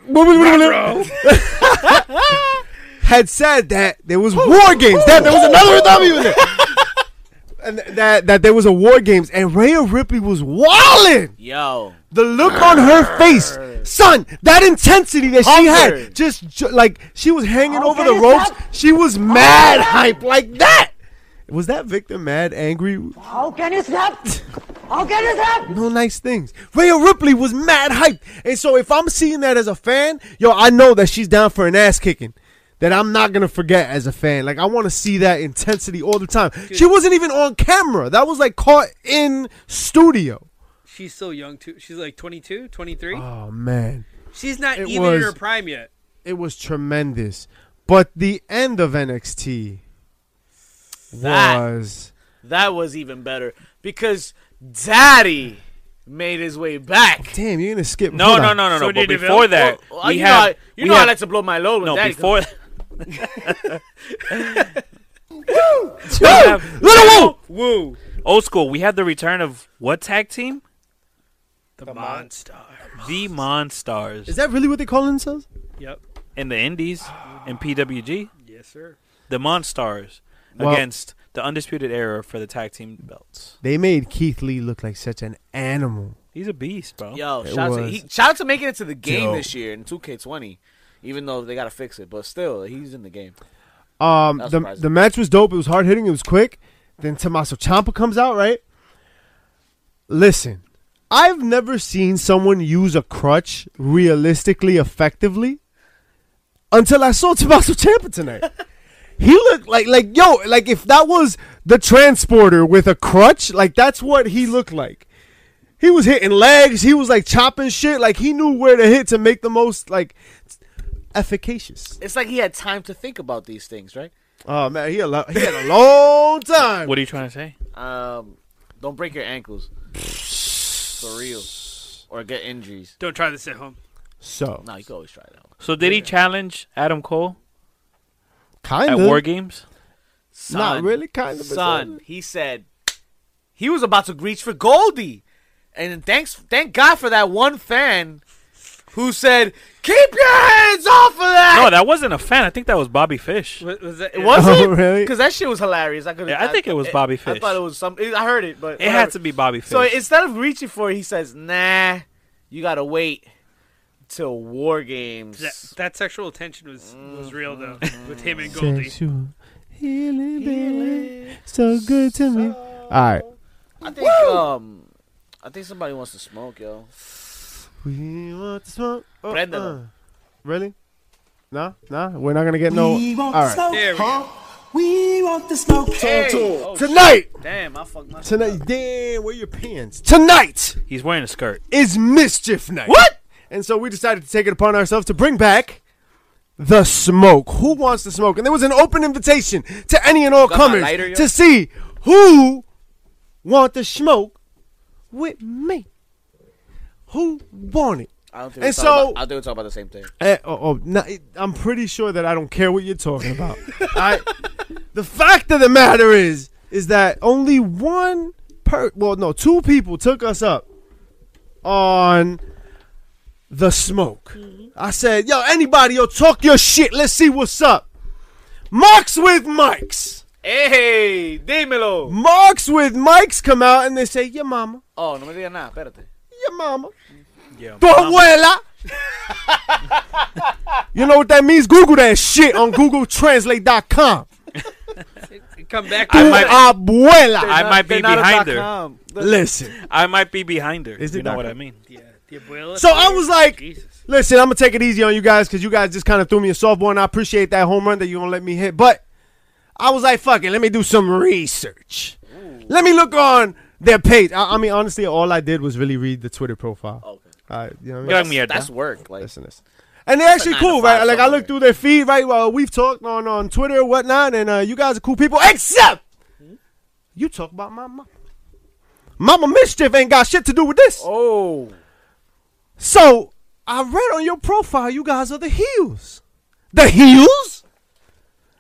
[SPEAKER 4] had said that there was war games. That there was another W in there. <laughs> And th- that that there was a war games and Rhea Ripley was wildin'.
[SPEAKER 1] Yo,
[SPEAKER 4] The look on her face, son, that intensity that she
[SPEAKER 1] Hunger.
[SPEAKER 4] had, just ju- like she was hanging over the ropes. She was mad hype like that. Was that Victor mad, angry?
[SPEAKER 7] How can you stop? How can you stop?
[SPEAKER 4] No nice things. Rhea Ripley was mad hype. And so if I'm seeing that as a fan, yo, I know that she's down for an ass kicking. That I'm not gonna forget as a fan. Like I wanna see that intensity all the time. She wasn't even on camera. That was like caught in studio.
[SPEAKER 5] She's so young, too. She's like 22, 23.
[SPEAKER 4] Oh man.
[SPEAKER 5] She's not
[SPEAKER 4] it
[SPEAKER 5] even in
[SPEAKER 4] was-
[SPEAKER 5] her prime yet.
[SPEAKER 4] It was tremendous. But the end of NXT
[SPEAKER 1] That-
[SPEAKER 4] was
[SPEAKER 1] that was even better because Daddy made his way back.
[SPEAKER 4] Damn, you're gonna skip
[SPEAKER 2] no,
[SPEAKER 4] hold
[SPEAKER 2] no,
[SPEAKER 4] on.
[SPEAKER 2] no, no, no.
[SPEAKER 5] So
[SPEAKER 2] But
[SPEAKER 5] did
[SPEAKER 2] before
[SPEAKER 5] Deville-
[SPEAKER 2] that,
[SPEAKER 1] Well, uh,
[SPEAKER 2] we
[SPEAKER 1] you know,
[SPEAKER 2] have
[SPEAKER 1] I, you
[SPEAKER 2] we
[SPEAKER 1] know I
[SPEAKER 2] have-
[SPEAKER 1] like to blow my load when
[SPEAKER 2] no
[SPEAKER 1] Daddy
[SPEAKER 2] before.
[SPEAKER 4] Woo! Little Woo!
[SPEAKER 5] Woo.
[SPEAKER 2] Old school. We had the return of what tag team?
[SPEAKER 5] The, monster.
[SPEAKER 2] The Monstars
[SPEAKER 4] Is that really what they call themselves?
[SPEAKER 5] Yep.
[SPEAKER 2] in the Indies in PWG.
[SPEAKER 5] Yes, sir.
[SPEAKER 2] The Monstars
[SPEAKER 4] Well-
[SPEAKER 2] against the Undisputed Era for the tag team belts.
[SPEAKER 4] They made Keith Lee look like such an animal.
[SPEAKER 2] He's a beast, bro.
[SPEAKER 1] Yo,
[SPEAKER 4] It
[SPEAKER 1] shout out, to,
[SPEAKER 4] was
[SPEAKER 1] he, shout out to making it to the game
[SPEAKER 4] dope.
[SPEAKER 1] this year in 2K20, even though they got to fix it. But still, he's in the game.
[SPEAKER 4] Um,
[SPEAKER 1] Not
[SPEAKER 4] the,
[SPEAKER 1] surprising.
[SPEAKER 4] the match was dope. It was hard hitting. It was quick. Then Tommaso Ciampa comes out, right? Listen, I've never seen someone use a crutch realistically effectively until I saw <laughs> Tommaso Ciampa tonight. he looked like like yo like if that was the transporter with a crutch, like that's what he looked like. He was hitting legs. He was like chopping shit. Like he knew where to hit to make the most like efficacious.
[SPEAKER 1] It's like he had time to think about these things, right?
[SPEAKER 4] Oh man, he, a lo- he had a long time.
[SPEAKER 2] What are you trying to say?
[SPEAKER 1] Um, don't break your <sighs> ankles. For real. Or get injuries.
[SPEAKER 5] Don't try this at home.
[SPEAKER 4] so
[SPEAKER 1] No, you can always try that one.
[SPEAKER 2] So did he challenge Adam Cole
[SPEAKER 4] kind
[SPEAKER 2] at
[SPEAKER 4] of
[SPEAKER 2] War Games?
[SPEAKER 1] Son,
[SPEAKER 4] Not really, kind of. but
[SPEAKER 1] Son,
[SPEAKER 4] sort
[SPEAKER 1] he said he was about to reach for Goldie, and thanks, thank God for that one fan who said, "Keep your hands off of that."
[SPEAKER 2] No, that wasn't a fan. I think that was Bobby Fish.
[SPEAKER 5] Was, was that,
[SPEAKER 1] It was
[SPEAKER 4] Oh,
[SPEAKER 1] it?
[SPEAKER 4] really?
[SPEAKER 1] Because that shit was hilarious. I could.
[SPEAKER 2] Yeah, I think it was Bobby
[SPEAKER 1] I
[SPEAKER 2] Fish.
[SPEAKER 1] thought it was some. I heard it, but
[SPEAKER 2] It had to be Bobby Fish.
[SPEAKER 1] So instead of reaching for it, he says, "Nah, you gotta wait till War Games."
[SPEAKER 5] that, that sexual tension was was real though
[SPEAKER 4] Mm-hmm.
[SPEAKER 5] with him and
[SPEAKER 4] of.
[SPEAKER 5] Goldie.
[SPEAKER 4] Sensual. Healing, baby. So good to me. All right.
[SPEAKER 1] I think um, I think somebody wants to smoke, yo.
[SPEAKER 4] We want to smoke. Oh,
[SPEAKER 1] Préndelo.
[SPEAKER 4] uh. Really? No, no, we're not gonna get no.
[SPEAKER 6] We
[SPEAKER 4] All
[SPEAKER 6] want the
[SPEAKER 4] right,
[SPEAKER 6] smoke,
[SPEAKER 5] There we go.
[SPEAKER 6] huh? We want the smoke.
[SPEAKER 1] Oh, shit.
[SPEAKER 4] tonight,
[SPEAKER 1] Damn, I fucked my.
[SPEAKER 4] tonight, damn, wear your pants. Tonight
[SPEAKER 2] He's wearing a skirt.
[SPEAKER 4] is mischief night.
[SPEAKER 1] What?
[SPEAKER 4] And so we decided to take it upon ourselves to bring back the smoke. Who wants to smoke? And there was an open invitation to any and all
[SPEAKER 1] Got my
[SPEAKER 4] comers
[SPEAKER 1] lighter, yo.
[SPEAKER 4] to see who want to smoke with me. Who want it?
[SPEAKER 1] I don't think.
[SPEAKER 4] And
[SPEAKER 1] we're talking
[SPEAKER 4] so-
[SPEAKER 1] about- I think we're talking about the same thing.
[SPEAKER 4] Eh, oh, oh no, it- I'm pretty sure that I don't care what you're talking about. <laughs> I, the fact of the matter is, is that only one per, well, no, two people took us up on the smoke. I said, yo, anybody, yo, talk your shit. Let's see what's up. Marks with mics.
[SPEAKER 1] Hey, dímelo.
[SPEAKER 4] Marks with mics come out and they say, your mama,
[SPEAKER 1] Oh, no me digas nada. Espérate.
[SPEAKER 4] your mama,
[SPEAKER 2] Yeah.
[SPEAKER 4] tu abuela. you know what that means? Google that shit on GoogleTranslate.com.
[SPEAKER 5] Come back.
[SPEAKER 4] Tu
[SPEAKER 5] To
[SPEAKER 2] might-
[SPEAKER 4] abuela.
[SPEAKER 2] I might be
[SPEAKER 1] They're not a
[SPEAKER 2] behind
[SPEAKER 1] dot
[SPEAKER 2] her.
[SPEAKER 1] com.
[SPEAKER 4] Listen,
[SPEAKER 2] I might be behind her.
[SPEAKER 4] Is it
[SPEAKER 2] you know
[SPEAKER 4] not-
[SPEAKER 2] what I mean?
[SPEAKER 5] yeah, the abuela
[SPEAKER 4] So I was like-
[SPEAKER 5] Jesus.
[SPEAKER 4] listen. I'm gonna take it easy on you guys because you guys just kind of threw me a softball, and I appreciate that home run that you gonna let me hit. But I was like, fuck it, let me do some research. Let me look on their page. I, I mean, honestly, all I did was really read the Twitter profile.
[SPEAKER 1] Okay.
[SPEAKER 4] Uh, you know what I mean?
[SPEAKER 2] You're like me,
[SPEAKER 1] That's
[SPEAKER 2] Edda.
[SPEAKER 1] work. Like,
[SPEAKER 4] Listen, listen. And they're actually
[SPEAKER 1] a nine to
[SPEAKER 4] cool,
[SPEAKER 1] five
[SPEAKER 4] right? Like I looked through
[SPEAKER 1] somewhere.
[SPEAKER 4] their feed, right? Well, we've talked on on Twitter, and whatnot, and uh, you guys are cool people. Except you talk about my mama. Mama mischief ain't got shit to do with this.
[SPEAKER 1] oh,
[SPEAKER 4] So I read on your profile, you guys are the heels. The heels?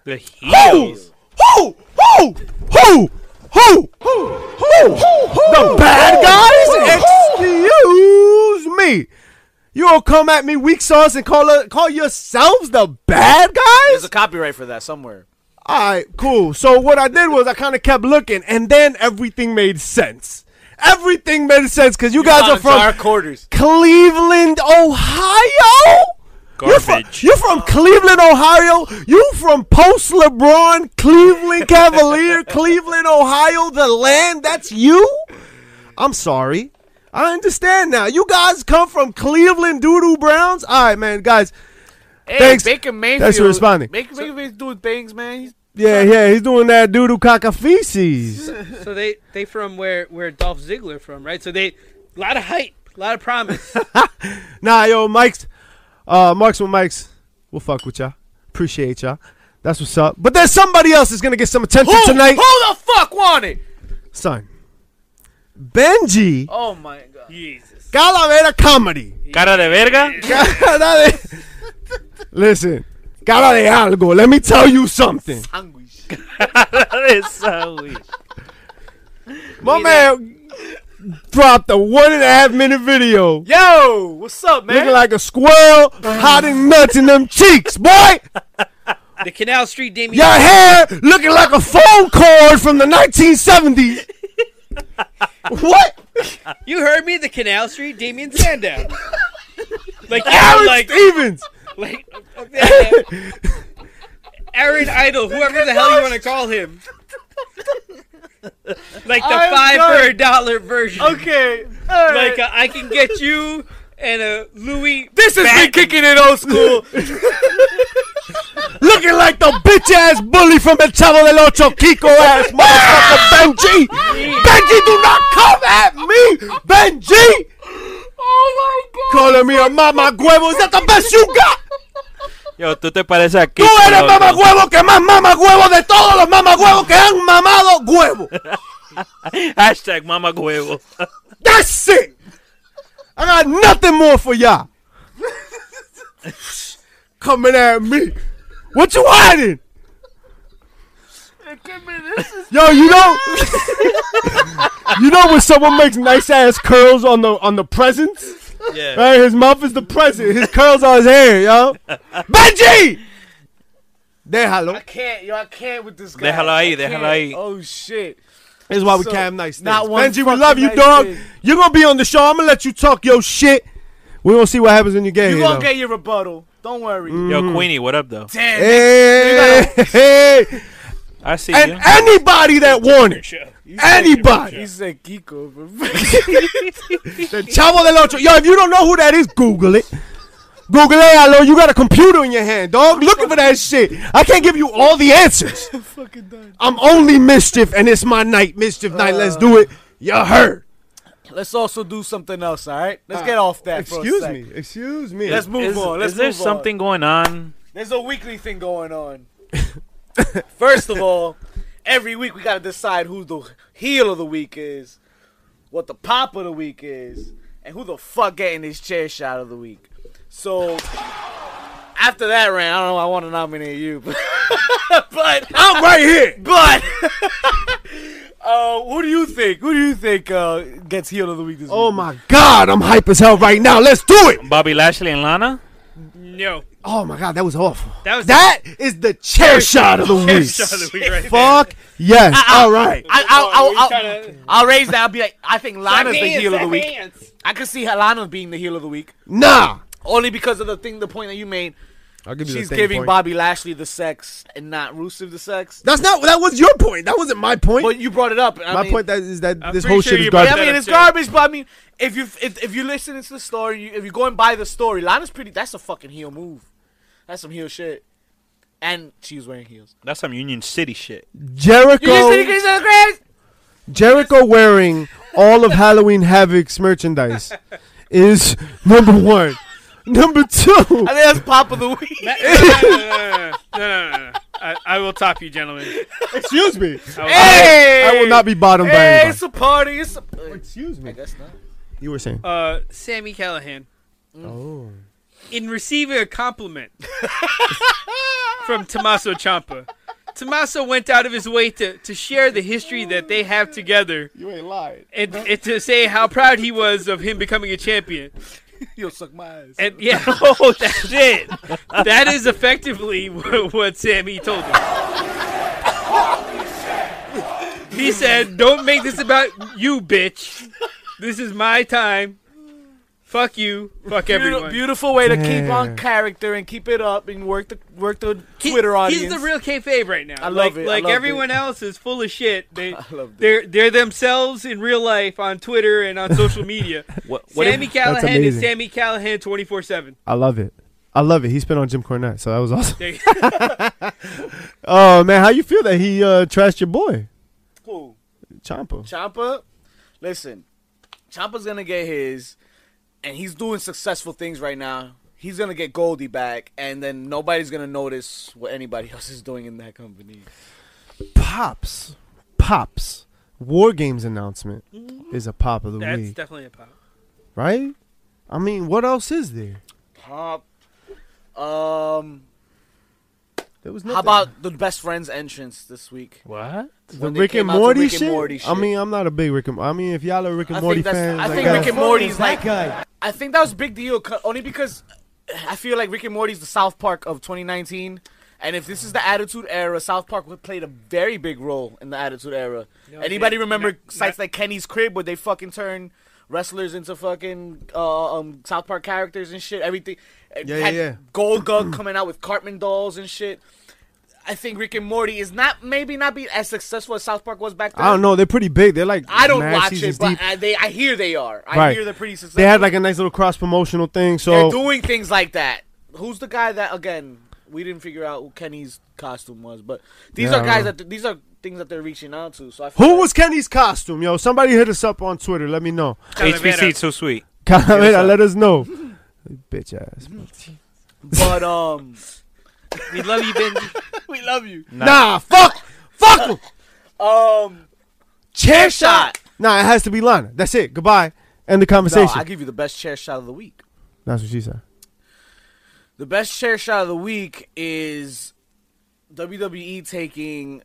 [SPEAKER 2] The
[SPEAKER 4] Who?
[SPEAKER 2] heels.
[SPEAKER 4] Who? Who? Who? Who? Who? Who? The bad guys? Excuse me. You all come at me weak sauce and call call yourselves the bad
[SPEAKER 1] there's
[SPEAKER 4] guys?
[SPEAKER 1] a copyright for that somewhere.
[SPEAKER 4] All right, cool. So what I did was I kind of kept looking, and then everything made sense. Everything made sense because you, guys are
[SPEAKER 1] Found
[SPEAKER 4] from
[SPEAKER 1] our quarters.
[SPEAKER 4] Cleveland, Ohio. You're from,
[SPEAKER 2] Garbage.
[SPEAKER 4] you're from Cleveland, Ohio. You from post LeBron Cleveland
[SPEAKER 1] <laughs>
[SPEAKER 4] Cavalier, Cleveland, Ohio, the land. That's you. I'm sorry. I understand now. You guys come from Cleveland Doodoo Browns. All right, man, guys.
[SPEAKER 1] Hey,
[SPEAKER 4] Thanks.
[SPEAKER 1] Baker Mayfield.
[SPEAKER 4] for responding.
[SPEAKER 1] Baker Mayfield's doing things, man. He's
[SPEAKER 4] Yeah, yeah, he's doing that doodoo caca feces.
[SPEAKER 1] <laughs>
[SPEAKER 5] So they they from where where Dolph Ziggler from, right? So they a lot of hype, a lot of promise.
[SPEAKER 4] <laughs> Nah, yo, Mike's, uh, Marks with Mike's. We'll fuck with y'all. Appreciate y'all. That's what's up. But there's somebody else that's gonna get some attention
[SPEAKER 1] who,
[SPEAKER 4] tonight.
[SPEAKER 1] Who the fuck wanted?
[SPEAKER 4] son. Benji
[SPEAKER 1] Oh my god.
[SPEAKER 5] Jesus.
[SPEAKER 4] Calavera comedy.
[SPEAKER 2] Cara de verga.
[SPEAKER 4] Cara de- Listen, cara de algo. Let me tell you something.
[SPEAKER 1] Anguish.
[SPEAKER 2] That is so weird.
[SPEAKER 4] My man dropped a one and a half minute video.
[SPEAKER 1] Yo, what's up, man?
[SPEAKER 4] Looking like a squirrel hiding nuts in them cheeks, boy.
[SPEAKER 5] The Canal Street Damien.
[SPEAKER 4] Your hair looking like a phone cord from the 1970s. What?
[SPEAKER 5] You heard me, the Canal Street Damien
[SPEAKER 1] <laughs>
[SPEAKER 5] Sandow. like
[SPEAKER 4] Aaron
[SPEAKER 5] Aaron, like
[SPEAKER 4] Stevens.
[SPEAKER 5] like <laughs> okay, Aaron Idol, whoever the hell you want to call him. Like the
[SPEAKER 1] I'm
[SPEAKER 5] five
[SPEAKER 1] done.
[SPEAKER 5] for a dollar version.
[SPEAKER 1] okay. all right.
[SPEAKER 5] Like uh, I can get you and a Louis.
[SPEAKER 1] this has been
[SPEAKER 5] Batten.
[SPEAKER 1] kicking it old school.
[SPEAKER 4] looking like the bitch ass bully from El Chavo del Ocho, Kiko ass motherfucker Benji. Benji, do not come at me, Benji.
[SPEAKER 1] oh my god.
[SPEAKER 4] Calling me a mama huevo, is that the best you got?
[SPEAKER 2] Yo, tú te pareces a
[SPEAKER 4] Tú
[SPEAKER 2] Kiko,
[SPEAKER 4] eres
[SPEAKER 2] loco.
[SPEAKER 4] mama huevo que más mama huevo de todos los mama huevos que han mamado huevo.
[SPEAKER 2] Hashtag Mama Huevo.
[SPEAKER 4] That's it. I got nothing more for y'all. Coming at me. What you hiding? Yo, you know, <laughs> you know when someone makes nice ass curls on the on the presents,
[SPEAKER 8] Yeah.
[SPEAKER 4] right? His mouth is the present. His curls are his hair, yo. Benji, déjalo.
[SPEAKER 1] I can't, yo, I can't with this guy.
[SPEAKER 2] Déjalo ahí,
[SPEAKER 1] I can't.
[SPEAKER 2] déjalo ahí.
[SPEAKER 1] Oh shit.
[SPEAKER 4] This is why we
[SPEAKER 1] So,
[SPEAKER 4] cam nice.
[SPEAKER 1] not
[SPEAKER 4] Not
[SPEAKER 1] one
[SPEAKER 4] Benji, we
[SPEAKER 1] fucking
[SPEAKER 4] love you,
[SPEAKER 1] nice
[SPEAKER 4] dog.
[SPEAKER 1] thing.
[SPEAKER 4] You're gonna be on the show. I'm gonna let you talk your shit. We're gonna see what happens in your game.
[SPEAKER 1] You
[SPEAKER 4] you
[SPEAKER 1] gonna
[SPEAKER 4] know.
[SPEAKER 1] get your rebuttal. Don't worry.
[SPEAKER 4] Mm-hmm.
[SPEAKER 2] Yo, Queenie, what up though?
[SPEAKER 1] Damn.
[SPEAKER 4] Hey, hey.
[SPEAKER 2] I see
[SPEAKER 4] and
[SPEAKER 2] you.
[SPEAKER 4] anybody that wanted,
[SPEAKER 1] He's
[SPEAKER 4] anybody.
[SPEAKER 1] Like, he's like Kiko. bro.
[SPEAKER 4] Chavo del Ocho. Yo, if you don't know who that is, Google it. Google it, Alo. You got a computer in your hand, dog. Looking for that shit. I can't give you all the
[SPEAKER 1] <laughs>
[SPEAKER 4] answers. I'm only mischief, and it's my night. Mischief night. Let's do it. You heard.
[SPEAKER 1] <laughs> Let's also do something else, all right? Let's get off that. for a
[SPEAKER 4] Excuse
[SPEAKER 1] sec.
[SPEAKER 4] me. Excuse me.
[SPEAKER 1] Let's move
[SPEAKER 2] Is,
[SPEAKER 1] on. Let's
[SPEAKER 2] is there
[SPEAKER 1] move on.
[SPEAKER 2] something going on?
[SPEAKER 1] There's a weekly thing going on. <laughs> First of all, every week we gotta decide who the heel of the week is, what the pop of the week is, and who the fuck getting his chair shot of the week. So after that round, I don't know. I want to nominate you, but <laughs> but,
[SPEAKER 4] I'm right here.
[SPEAKER 1] but uh, who do you think? Who do you think uh, gets heel of the week this
[SPEAKER 4] Oh
[SPEAKER 1] week?
[SPEAKER 4] my God, I'm hype as hell right now. Let's do it.
[SPEAKER 2] Bobby Lashley and Lana?
[SPEAKER 5] No,
[SPEAKER 4] Oh my God, that was awful.
[SPEAKER 5] that was
[SPEAKER 4] That is the chair shot of the
[SPEAKER 5] the
[SPEAKER 4] week.
[SPEAKER 5] shot of the week right there. Uh-uh.
[SPEAKER 4] Fuck yes. All right.
[SPEAKER 1] I,
[SPEAKER 5] Oh, he's
[SPEAKER 1] I'll, I'll, I'll,
[SPEAKER 5] trying to-
[SPEAKER 1] I'll raise that. I'll be like, I think Lana's the heel of the week. I could see Lana being the heel of the week.
[SPEAKER 4] Nah.
[SPEAKER 1] Only because of the thing, the point that you made.
[SPEAKER 4] I'll give
[SPEAKER 1] She's giving Bobby Lashley the sex and not Rusev the sex.
[SPEAKER 4] That's not. That was your point. That wasn't my point.
[SPEAKER 1] But you brought it up. and I
[SPEAKER 4] my
[SPEAKER 1] mean,
[SPEAKER 4] point that is that
[SPEAKER 5] I'm
[SPEAKER 4] this
[SPEAKER 5] pretty
[SPEAKER 4] whole
[SPEAKER 5] sure
[SPEAKER 4] shit is
[SPEAKER 1] I
[SPEAKER 5] you brought
[SPEAKER 4] garbage.
[SPEAKER 5] that
[SPEAKER 1] mean,
[SPEAKER 5] up
[SPEAKER 1] it's
[SPEAKER 5] too.
[SPEAKER 1] garbage, but I mean, if you if, if you listen to the story, you, if you go and buy the story, Lana's pretty. That's a fucking heel move. That's some heel shit. And she was wearing heels.
[SPEAKER 2] That's some Union City shit.
[SPEAKER 1] You just said you
[SPEAKER 4] Jericho,
[SPEAKER 1] could've said the grass.
[SPEAKER 4] Jericho wearing all of Halloween Havoc's
[SPEAKER 5] <laughs>
[SPEAKER 4] merchandise is number one. Number two,
[SPEAKER 1] I think that's pop of
[SPEAKER 4] <laughs>
[SPEAKER 1] the week.
[SPEAKER 5] No,
[SPEAKER 1] <laughs>
[SPEAKER 5] <laughs> no, no, no, no, no, no, no. I, I will top you, gentlemen.
[SPEAKER 4] excuse me,
[SPEAKER 5] I will-
[SPEAKER 1] hey,
[SPEAKER 4] I will not be bottomed by
[SPEAKER 1] Hey,
[SPEAKER 4] anybody.
[SPEAKER 1] it's a party. It's a.
[SPEAKER 4] Excuse
[SPEAKER 1] I
[SPEAKER 4] me.
[SPEAKER 1] guess not.
[SPEAKER 4] You were saying.
[SPEAKER 5] Uh, Sammy Callahan.
[SPEAKER 4] Oh.
[SPEAKER 5] in receiving a <laughs> compliment from Tommaso Ciampa. Tommaso went out of his way to, to share the history that they have together
[SPEAKER 4] You ain't lying.
[SPEAKER 5] and, and to say how proud he was of him becoming a champion.
[SPEAKER 1] You'll suck my ass.
[SPEAKER 5] And yeah, <laughs> oh shit, that is effectively <laughs> what, what Sammy told him. He said, "Don't make this about you, bitch. This is my time. Fuck you. Fuck
[SPEAKER 1] Beautiful,
[SPEAKER 5] everyone."
[SPEAKER 1] beautiful way to keep
[SPEAKER 4] Yeah.
[SPEAKER 1] on character and keep it up and work the work the
[SPEAKER 5] He-
[SPEAKER 1] Twitter audience.
[SPEAKER 5] He's the real kayfabe right now.
[SPEAKER 1] I love
[SPEAKER 5] like,
[SPEAKER 1] it, I
[SPEAKER 5] Like
[SPEAKER 1] love
[SPEAKER 5] everyone else is full
[SPEAKER 1] <laughs>
[SPEAKER 5] of shit. They
[SPEAKER 1] love it.
[SPEAKER 5] they're they're themselves in real life on Twitter and on social media.
[SPEAKER 2] <laughs> What, what if-
[SPEAKER 5] Sammy Callahan is
[SPEAKER 4] amazing.
[SPEAKER 5] Sammy Callahan twenty four seven.
[SPEAKER 4] I love it. I love it. He's been on Jim Cornette, so that was <laughs> awesome.
[SPEAKER 2] <laughs>
[SPEAKER 5] There you-
[SPEAKER 4] Oh man, how you feel that he uh, trashed your boy
[SPEAKER 1] Who?
[SPEAKER 4] Champa?
[SPEAKER 1] Champa, listen, Champa's gonna get his, and he's doing successful things right now. He's gonna get Goldie back, and then nobody's gonna notice what anybody <laughs> else is doing in that company.
[SPEAKER 4] Pops, pops. War games announcement is a pop of the
[SPEAKER 5] That's
[SPEAKER 4] week,
[SPEAKER 5] definitely a pop.
[SPEAKER 4] right? I mean, what else is there?
[SPEAKER 1] Pop. Um,
[SPEAKER 4] There was
[SPEAKER 1] how about the best friends entrance this week?
[SPEAKER 2] What?
[SPEAKER 4] the
[SPEAKER 1] when they
[SPEAKER 4] Rick and,
[SPEAKER 1] came out to
[SPEAKER 4] Morty
[SPEAKER 1] Rick and
[SPEAKER 4] shit?
[SPEAKER 1] Morty
[SPEAKER 4] I
[SPEAKER 1] shit?
[SPEAKER 4] mean, I'm not a big Rick and. I mean, if y'all are Rick and
[SPEAKER 1] I think
[SPEAKER 4] Morty
[SPEAKER 1] that's-
[SPEAKER 4] fans,
[SPEAKER 1] I think
[SPEAKER 4] guess-
[SPEAKER 1] Rick and Morty's like-
[SPEAKER 8] that guy.
[SPEAKER 1] I think that was a big deal, co- only because I feel like Rick and Morty's the South Park of 2019. And if this is the Attitude Era, South Park would played a very big role in the Attitude Era. Anybody
[SPEAKER 5] they-
[SPEAKER 1] remember
[SPEAKER 5] no,
[SPEAKER 1] sites
[SPEAKER 5] no.
[SPEAKER 1] like Kenny's Crib where they fucking turn wrestlers into fucking uh, um, South Park characters and shit? Everything. eh, It
[SPEAKER 4] Yeah, yeah, yeah.
[SPEAKER 1] Golgug <clears throat> coming out with Cartman dolls and shit. I think Rick and Morty is not maybe not be as successful as South Park was back then.
[SPEAKER 4] I don't know. They're pretty big. They're like
[SPEAKER 1] I don't
[SPEAKER 4] mad
[SPEAKER 1] watch
[SPEAKER 4] seasons
[SPEAKER 1] it, but
[SPEAKER 4] deep.
[SPEAKER 1] I, they I hear they are. I
[SPEAKER 4] Right.
[SPEAKER 1] hear they're pretty successful.
[SPEAKER 4] they had like a nice little cross promotional thing.
[SPEAKER 1] They're
[SPEAKER 4] So
[SPEAKER 1] doing things like that. Who's the guy that again? We didn't figure out who Kenny's costume was, but
[SPEAKER 4] Yeah,
[SPEAKER 1] these
[SPEAKER 4] I
[SPEAKER 1] are
[SPEAKER 4] don't
[SPEAKER 1] guys
[SPEAKER 4] know.
[SPEAKER 1] that these are things that they're reaching out to. So I feel
[SPEAKER 4] who
[SPEAKER 1] like-
[SPEAKER 4] was Kenny's costume, yo? Somebody hit us up on Twitter. Let me know.
[SPEAKER 2] HBC too sweet.
[SPEAKER 4] Calavera, let us know. <laughs> Bitch ass.
[SPEAKER 1] <laughs> but um
[SPEAKER 5] We love you, Benji.
[SPEAKER 1] we love you.
[SPEAKER 4] Nah, fuck, fuck 'em.
[SPEAKER 1] Um
[SPEAKER 4] Chair
[SPEAKER 1] chair
[SPEAKER 4] shot.
[SPEAKER 1] shot.
[SPEAKER 4] Nah, it has to be Lana. That's it. Goodbye. End the
[SPEAKER 1] No,
[SPEAKER 4] conversation.
[SPEAKER 1] I give you the best chair shot of the week.
[SPEAKER 4] That's what she said.
[SPEAKER 1] The best chair shot of the week is WWE E taking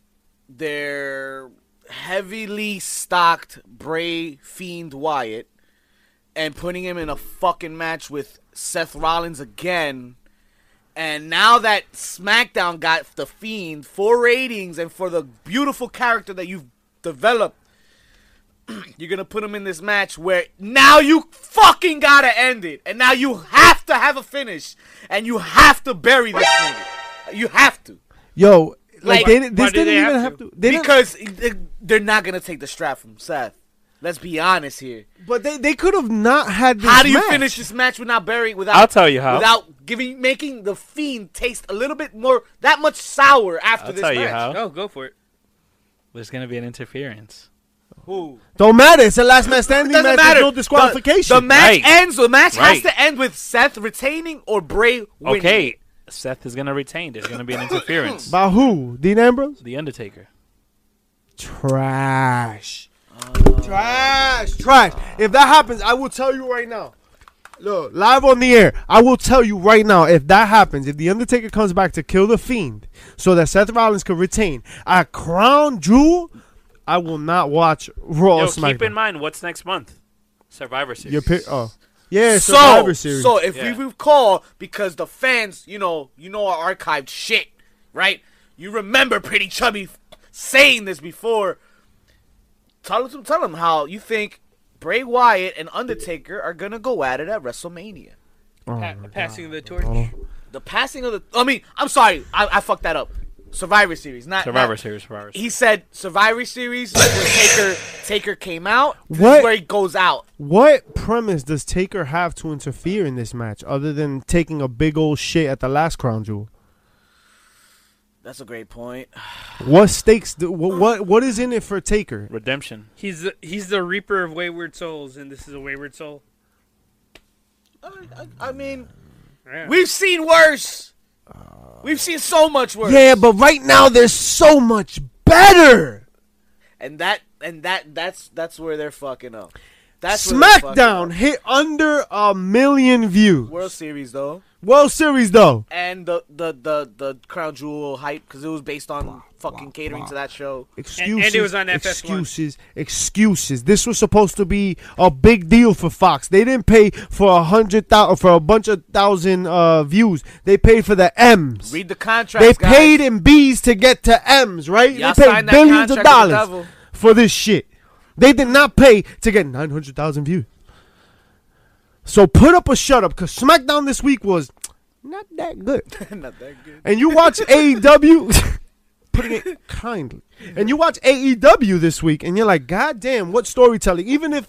[SPEAKER 1] their heavily stocked Bray Fiend Wyatt and putting him in a fucking match with Seth Rollins again. And now that SmackDown got the Fiend for ratings and for the beautiful character that you've developed, you're gonna put him in this match where now you fucking gotta end it, and now you have to have a finish, and you have to bury this thing. You have to
[SPEAKER 4] Yo, like,
[SPEAKER 1] Like,
[SPEAKER 4] they, this
[SPEAKER 5] why
[SPEAKER 4] didn't
[SPEAKER 5] do they
[SPEAKER 4] even have
[SPEAKER 5] have
[SPEAKER 4] to.
[SPEAKER 5] to?
[SPEAKER 4] They didn't-
[SPEAKER 1] because they- they're not gonna take the strap from Seth. Let's be honest here.
[SPEAKER 4] but they, they could have not had this
[SPEAKER 1] How do you
[SPEAKER 4] match.
[SPEAKER 1] finish this match without burying? Without
[SPEAKER 2] I'll tell you how.
[SPEAKER 1] Without giving making the fiend taste a little bit more that much sour after
[SPEAKER 2] I'll
[SPEAKER 1] this
[SPEAKER 2] tell
[SPEAKER 1] match.
[SPEAKER 2] you how.
[SPEAKER 5] Oh, go for it.
[SPEAKER 2] There's gonna be an interference.
[SPEAKER 1] Who?
[SPEAKER 4] Don't matter. It's a last man standing
[SPEAKER 1] It doesn't
[SPEAKER 4] match. There's
[SPEAKER 1] matter.
[SPEAKER 4] no
[SPEAKER 1] The-
[SPEAKER 4] disqualification.
[SPEAKER 1] The, match
[SPEAKER 2] Right.
[SPEAKER 1] ends. The match
[SPEAKER 2] Right.
[SPEAKER 1] has to end with Seth retaining or Bray winning.
[SPEAKER 2] Okay, Seth is gonna retain. There's gonna be an interference.
[SPEAKER 4] By who? Dean Ambrose?
[SPEAKER 2] the Undertaker.
[SPEAKER 4] Trash. Trash. Trash. If that happens, I will tell you right now. Look, live on the air. I will tell you right now if that happens, if The Undertaker comes back to kill The Fiend so that Seth Rollins can retain a crown jewel, I will not watch Raw or
[SPEAKER 2] Yo,
[SPEAKER 4] SmackDown.
[SPEAKER 2] keep in mind what's next month. Survivor Series.
[SPEAKER 4] Your pi- oh. Yeah,
[SPEAKER 1] So,
[SPEAKER 4] Survivor Series.
[SPEAKER 1] so if
[SPEAKER 2] Yeah.
[SPEAKER 1] we recall, because the fans, you know, you know our archived shit, right? You remember Pretty Chubby saying this before. Tell them, tell them how you think Bray Wyatt and Undertaker are gonna go at it at WrestleMania.
[SPEAKER 5] Pa- passing the torch.
[SPEAKER 1] The passing of the, I mean, I'm sorry, I, I fucked that up. Survivor Series, not
[SPEAKER 2] Survivor
[SPEAKER 1] not-
[SPEAKER 2] Series. Survivor Series.
[SPEAKER 1] He said Survivor Series where Taker Taker came out. This is
[SPEAKER 4] What?
[SPEAKER 1] where he goes out.
[SPEAKER 4] What premise does Taker have to interfere in this match other than taking a big old shit at the last crown jewel?
[SPEAKER 1] That's a great point.
[SPEAKER 4] What stakes? Do, what, what what is in it for Taker?
[SPEAKER 2] Redemption.
[SPEAKER 5] He's the, he's the reaper of wayward souls, and this is a wayward soul.
[SPEAKER 1] I, I, I mean,
[SPEAKER 5] Yeah.
[SPEAKER 1] we've seen worse. We've seen so much worse.
[SPEAKER 4] Yeah, but right now there's so much better.
[SPEAKER 1] and that and that that's that's where they're fucking up. That's where they're fucking
[SPEAKER 4] SmackDown
[SPEAKER 1] up.
[SPEAKER 4] hit under a million views.
[SPEAKER 1] World Series though,
[SPEAKER 4] World Series though.
[SPEAKER 1] and the the the the crown jewel hype because it was based on fucking catering to that show.
[SPEAKER 4] Excuses.
[SPEAKER 5] and it was on FS1.
[SPEAKER 4] Excuses. Excuses. This was supposed to be a big deal for Fox. They didn't pay for a hundred thousand for a bunch of thousand uh, views. They paid for the M's.
[SPEAKER 1] Read the contract.
[SPEAKER 4] They paid in B's to get to M's, right?
[SPEAKER 1] Y'all
[SPEAKER 4] they paid
[SPEAKER 1] signed that
[SPEAKER 4] billions of
[SPEAKER 1] contract with the
[SPEAKER 4] dollars
[SPEAKER 1] devil.
[SPEAKER 4] for this shit. They did not pay to get 900,000 views. So put up a shut up because SmackDown this week was not that
[SPEAKER 1] <laughs>
[SPEAKER 4] good.
[SPEAKER 1] <laughs> Not that good.
[SPEAKER 4] And you watch AEW, <laughs> putting it kindly, and you watch AEW this week and you're like, God damn, what storytelling. Even if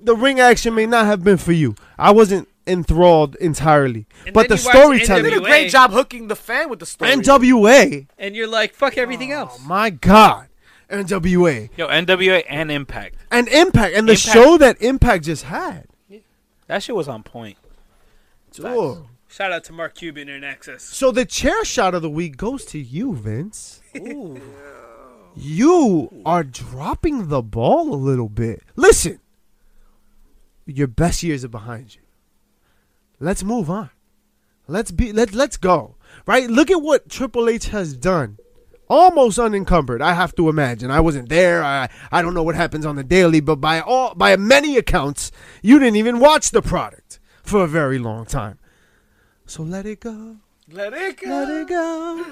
[SPEAKER 4] the ring action may not have been for you, I wasn't enthralled entirely.
[SPEAKER 5] And
[SPEAKER 4] but the
[SPEAKER 5] then
[SPEAKER 1] They did
[SPEAKER 5] you watch
[SPEAKER 1] a E
[SPEAKER 4] storytelling.
[SPEAKER 5] NWA.
[SPEAKER 1] great job hooking the fan with the story.
[SPEAKER 4] NWA.
[SPEAKER 5] And you're like, fuck everything else.
[SPEAKER 4] My God. NWA.
[SPEAKER 2] Yo, NWA and Impact.
[SPEAKER 4] And Impact. And the
[SPEAKER 2] Impact.
[SPEAKER 4] show that Impact just had.
[SPEAKER 2] That shit was on point.
[SPEAKER 4] Dude.
[SPEAKER 5] Shout out to Mark Cuban and Access.
[SPEAKER 4] So the chair shot of the week goes to you, Vince. You are dropping the ball a little bit. Listen, your best years are behind you. Let's move on. Let's be let let's go. Right? Look at what Triple H has done. Almost unencumbered, I have to imagine. I wasn't there. I I don't know what happens on the daily, but by all by many accounts, you didn't even watch the product for a very long time. So let it go.
[SPEAKER 1] Let it go.
[SPEAKER 4] Let it go.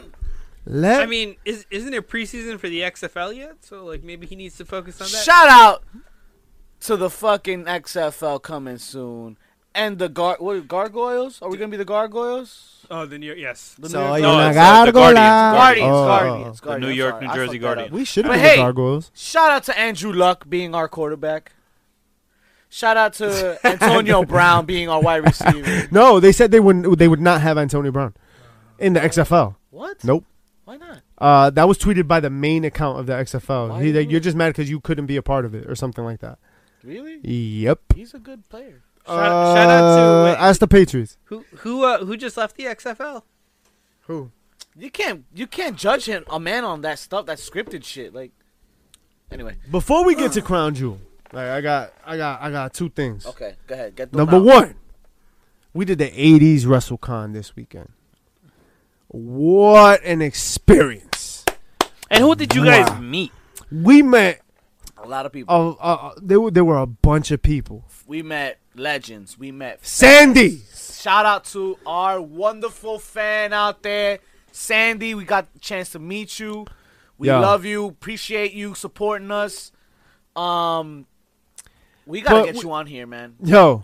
[SPEAKER 4] Let
[SPEAKER 5] I mean, is, isn't there preseason for the XFL yet? So like maybe he needs to focus on that.
[SPEAKER 1] Shout out to the fucking XFL coming soon. And the gar- what, gargoyles? Are we gonna be the gargoyles?
[SPEAKER 5] oh, then you're yes.
[SPEAKER 4] Soy
[SPEAKER 2] No,
[SPEAKER 4] una
[SPEAKER 2] it's, uh, the
[SPEAKER 4] gárgola.
[SPEAKER 2] Guardians,
[SPEAKER 1] oh, Guardians,
[SPEAKER 4] Oh.
[SPEAKER 1] Guardians,
[SPEAKER 2] The New
[SPEAKER 1] Guardians. I'm
[SPEAKER 2] York,
[SPEAKER 1] sorry.
[SPEAKER 2] New
[SPEAKER 1] I
[SPEAKER 2] Jersey
[SPEAKER 1] fucked that
[SPEAKER 2] Guardians.
[SPEAKER 1] up.
[SPEAKER 4] We should
[SPEAKER 1] But
[SPEAKER 4] have
[SPEAKER 1] hey,
[SPEAKER 4] the gargoyles.
[SPEAKER 1] Shout out to Andrew Luck being our quarterback. Shout
[SPEAKER 2] <laughs>
[SPEAKER 1] out to Antonio Brown being our wide receiver.
[SPEAKER 4] No, they said they wouldn't. They would not have Antonio Brown in the XFL.
[SPEAKER 1] What?
[SPEAKER 4] Nope.
[SPEAKER 1] Why not?
[SPEAKER 4] Uh, that was tweeted by the main account of the XFL.
[SPEAKER 1] Why
[SPEAKER 4] He,
[SPEAKER 1] would-
[SPEAKER 4] you're just mad because you couldn't be a part of it or something like that.
[SPEAKER 1] Really?
[SPEAKER 4] Yep.
[SPEAKER 1] He's a good player.
[SPEAKER 5] Shout, shout out to
[SPEAKER 4] Uh,
[SPEAKER 5] wait,
[SPEAKER 4] ask the Patriots.
[SPEAKER 5] who who uh, who just left the XFL.
[SPEAKER 4] Who?
[SPEAKER 1] You can't you can't judge him a man on that stuff, that scripted shit. Like anyway.
[SPEAKER 4] Before we get to Crown Jewel, like, I got, I got, I got two things.
[SPEAKER 1] Okay, go ahead. Get them
[SPEAKER 4] Number
[SPEAKER 1] out.
[SPEAKER 4] one, we did the '80s WrestleCon this weekend. What an experience!
[SPEAKER 2] And who did you guys meet?
[SPEAKER 4] We met.
[SPEAKER 1] A lot of
[SPEAKER 2] Oh.
[SPEAKER 1] people.
[SPEAKER 4] Uh, uh, uh, there, were, there were a bunch of people.
[SPEAKER 1] We met legends. We met.
[SPEAKER 4] Sandy.
[SPEAKER 1] Shout out to our wonderful fan out there, Sandy. We got the chance to meet you. We
[SPEAKER 4] Yeah.
[SPEAKER 1] love you. Appreciate you supporting us. Um, we gotta
[SPEAKER 4] But
[SPEAKER 1] get
[SPEAKER 4] we-
[SPEAKER 1] you on here, man.
[SPEAKER 4] Yo,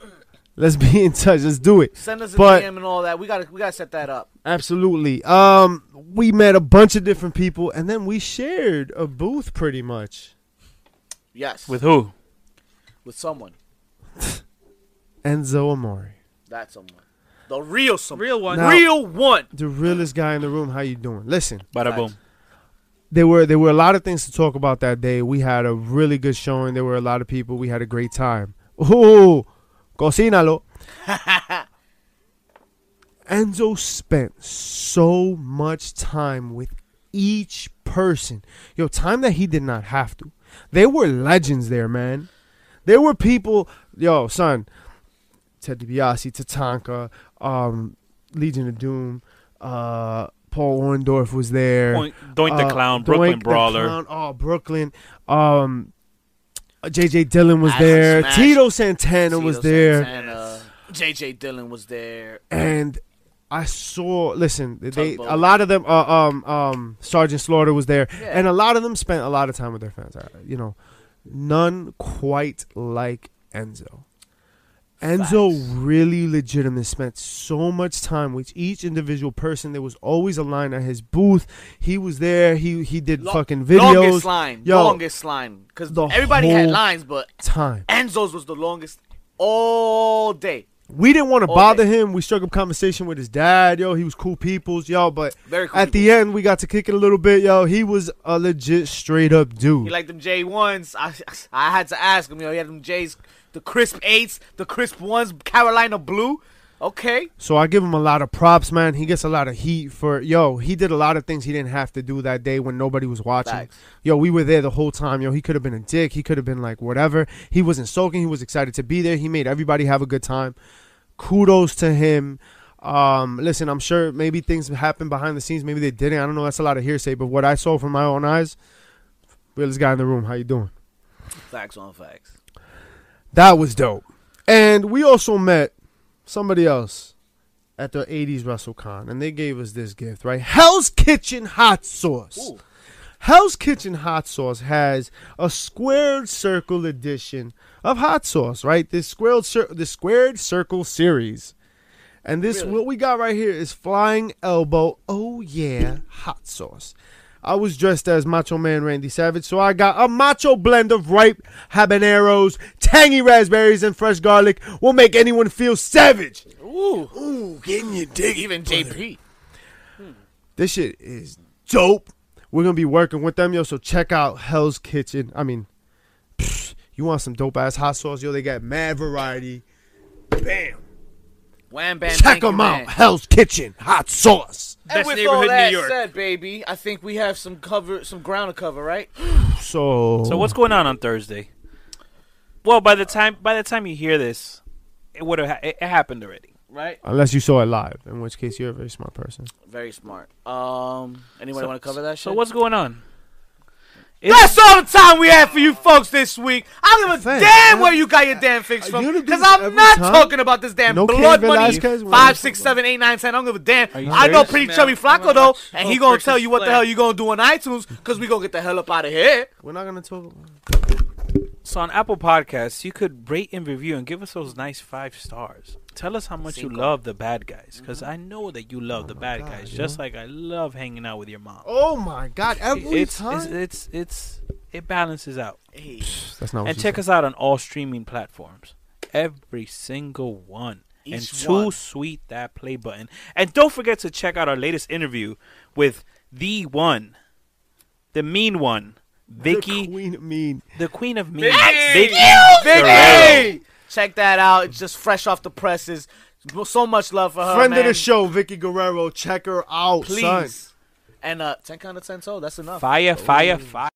[SPEAKER 4] let's be in touch. Let's do it.
[SPEAKER 1] Send us a
[SPEAKER 4] But-
[SPEAKER 1] DM and all that. We gotta we gotta set that up.
[SPEAKER 4] Absolutely. Um, we met a bunch of different people, and then we shared a booth pretty much.
[SPEAKER 1] Yes,
[SPEAKER 2] With
[SPEAKER 1] with
[SPEAKER 2] who?
[SPEAKER 1] with someone.
[SPEAKER 4] Enzo Amore,
[SPEAKER 1] That someone. The real someone.
[SPEAKER 5] Real one.
[SPEAKER 4] Now-
[SPEAKER 1] real one.
[SPEAKER 4] the realest guy in the room. How you doing? Listen,
[SPEAKER 2] Bada boom.
[SPEAKER 4] there were there were a lot of things to talk about that day. We had a really good showing. There were a lot of people. We had a great time. Ooh, cocinalo. <laughs> Enzo spent so much time with each person. Yo, time that he did not have to. They were legends there, man. There were people, yo, son, Ted DiBiase, Tatanka, um, Legion of Doom, uh, Paul Orndorff was there.
[SPEAKER 2] Point, Doink the
[SPEAKER 4] Uh,
[SPEAKER 2] Clown,
[SPEAKER 4] Doink
[SPEAKER 2] Brooklyn
[SPEAKER 4] the
[SPEAKER 2] Brawler.
[SPEAKER 4] Clown, oh, Brooklyn. Um, JJ Dillon was
[SPEAKER 1] Adam
[SPEAKER 4] there.
[SPEAKER 1] Smash.
[SPEAKER 4] Tito Santana
[SPEAKER 1] Tito
[SPEAKER 4] was there,
[SPEAKER 1] Santana, JJ uh, Dillon was there.
[SPEAKER 4] and I saw. Listen, they
[SPEAKER 1] Tugboat.
[SPEAKER 4] a lot of them. Uh, um, um, Sergeant Slaughter was there,
[SPEAKER 1] Yeah.
[SPEAKER 4] and a lot of them spent a lot of time with their fans. I- You know, none quite like Enzo. Enzo really legitimately spent so much time with each individual person. There was always a line at his booth. He was there. He he did
[SPEAKER 1] Lo-
[SPEAKER 4] fucking videos.
[SPEAKER 1] Longest line.
[SPEAKER 4] Yo.
[SPEAKER 1] Longest line. Because
[SPEAKER 4] The
[SPEAKER 1] everybody had
[SPEAKER 4] whole-
[SPEAKER 1] lines, but
[SPEAKER 4] Time.
[SPEAKER 1] Enzo's was the longest all day.
[SPEAKER 4] We didn't want to
[SPEAKER 1] All
[SPEAKER 4] bother
[SPEAKER 1] day.
[SPEAKER 4] him. We struck up conversation with his dad. Yo, he was cool peoples. Yo, but
[SPEAKER 1] Very cool
[SPEAKER 4] at the
[SPEAKER 1] people.
[SPEAKER 4] end we got to kick it a little bit. Yo, he was a legit straight up dude.
[SPEAKER 1] He liked them J ones. I I had to ask him. You know, he had them J's, the crisp eights, the crisp ones, Carolina blue. Okay,
[SPEAKER 4] So I give him a lot of props, man. He gets a lot of heat for yo. He did a lot of things he didn't have to do that day when nobody was watching.
[SPEAKER 1] Facts.
[SPEAKER 4] Yo, we were there the whole time. Yo, he could have been a dick. He could have been like whatever. He wasn't soaking. He was excited to be there. He made everybody have a good time. Kudos to him. Um, listen, I'm sure maybe things happened behind the scenes. Maybe they didn't. I don't know. That's a lot of hearsay. But what I saw from my own eyes, realest guy in the room. How you doing?
[SPEAKER 1] facts on facts.
[SPEAKER 4] That was dope. And we also met somebody else at the 80s WrestleCon, and they gave us this gift, right? Hell's Kitchen Hot Sauce.
[SPEAKER 1] Ooh.
[SPEAKER 4] Hell's Kitchen Hot Sauce has a squared circle edition of hot sauce, right? This squared cir- the squared circle series. And this what we got right here is flying elbow. Oh yeah, hot sauce. I was dressed as Macho Man Randy Savage, so I got a macho blend of ripe habaneros, tangy raspberries, and fresh garlic. Will make anyone feel savage.
[SPEAKER 1] Ooh, ooh, getting you dig. Even JP.
[SPEAKER 4] This shit is dope. We're gonna be working with them, yo. So check out Hell's Kitchen. I mean, pfft, you want some dope ass hot sauce, yo? They got mad variety. Bam.
[SPEAKER 1] Wham bam.
[SPEAKER 4] Check
[SPEAKER 1] thank you,
[SPEAKER 4] them out.
[SPEAKER 1] man.
[SPEAKER 4] Hell's Kitchen hot sauce.
[SPEAKER 1] And
[SPEAKER 5] Best
[SPEAKER 1] with
[SPEAKER 5] neighborhood
[SPEAKER 1] all
[SPEAKER 5] in New
[SPEAKER 1] that
[SPEAKER 5] York.
[SPEAKER 1] said, baby, I think we have some cover, some ground to cover, right?
[SPEAKER 4] So
[SPEAKER 2] So what's going on on Thursday? Well, by the time by the time you hear this, it would have ha- it, it happened already.
[SPEAKER 1] Right.
[SPEAKER 4] Unless you saw it live, in which case you're a very smart person.
[SPEAKER 1] Very smart. Um, anybody want to cover that shit?
[SPEAKER 2] So what's going on? It's-
[SPEAKER 1] That's all the time we had for you folks this week. I don't give a
[SPEAKER 4] Thanks,
[SPEAKER 1] damn
[SPEAKER 4] man.
[SPEAKER 1] where you got your damn
[SPEAKER 4] Uh,
[SPEAKER 1] fix
[SPEAKER 4] you
[SPEAKER 1] from.
[SPEAKER 4] gonna do
[SPEAKER 1] Because
[SPEAKER 4] this
[SPEAKER 1] I'm
[SPEAKER 4] every
[SPEAKER 1] not
[SPEAKER 4] time?
[SPEAKER 1] talking about this damn
[SPEAKER 4] No
[SPEAKER 1] blood
[SPEAKER 4] Cain
[SPEAKER 1] money.
[SPEAKER 4] Velasquez?
[SPEAKER 1] Five, six, seven, eight, nine, ten. I don't give a damn.
[SPEAKER 2] you
[SPEAKER 1] I know
[SPEAKER 2] serious?
[SPEAKER 1] pretty
[SPEAKER 5] Man,
[SPEAKER 1] chubby
[SPEAKER 5] I'm
[SPEAKER 1] Flacco though,
[SPEAKER 5] not-
[SPEAKER 1] and
[SPEAKER 5] Oh,
[SPEAKER 1] he gonna tell
[SPEAKER 5] freaking
[SPEAKER 1] you what the
[SPEAKER 5] slap.
[SPEAKER 1] hell you gonna do on iTunes. Because we gonna get the hell up out of here.
[SPEAKER 4] We're not gonna talk.
[SPEAKER 2] So on Apple Podcasts, you could rate and review and give us those nice five stars. Tell us how much you
[SPEAKER 1] Cinco.
[SPEAKER 2] love the bad guys, because
[SPEAKER 4] Mm-hmm.
[SPEAKER 2] I know that you love the bad guys, just like I love hanging out with your mom.
[SPEAKER 4] Oh my god! Every
[SPEAKER 2] it's,
[SPEAKER 4] time.
[SPEAKER 2] it's it's it's it balances out.
[SPEAKER 1] Hey,
[SPEAKER 4] That's not. What
[SPEAKER 2] and
[SPEAKER 4] you
[SPEAKER 2] check
[SPEAKER 4] said.
[SPEAKER 2] us out on all streaming platforms. Every single one. and
[SPEAKER 1] Each
[SPEAKER 2] too
[SPEAKER 1] one.
[SPEAKER 2] sweet that play button. And don't forget to check out our latest interview with the one, the mean one, Vicky,
[SPEAKER 4] The queen of mean.
[SPEAKER 2] the queen of mean.
[SPEAKER 1] Vicky!
[SPEAKER 2] Guerrero.
[SPEAKER 1] Vicky! Check that out. It's just fresh off the presses. So much love
[SPEAKER 2] Oh,
[SPEAKER 1] for her,
[SPEAKER 4] Friend of
[SPEAKER 1] man.
[SPEAKER 4] the show, Vicky Guerrero. Check her out, son.
[SPEAKER 1] please. And uh, ten count of ten toe. That's enough.
[SPEAKER 2] Fire, fire, fire.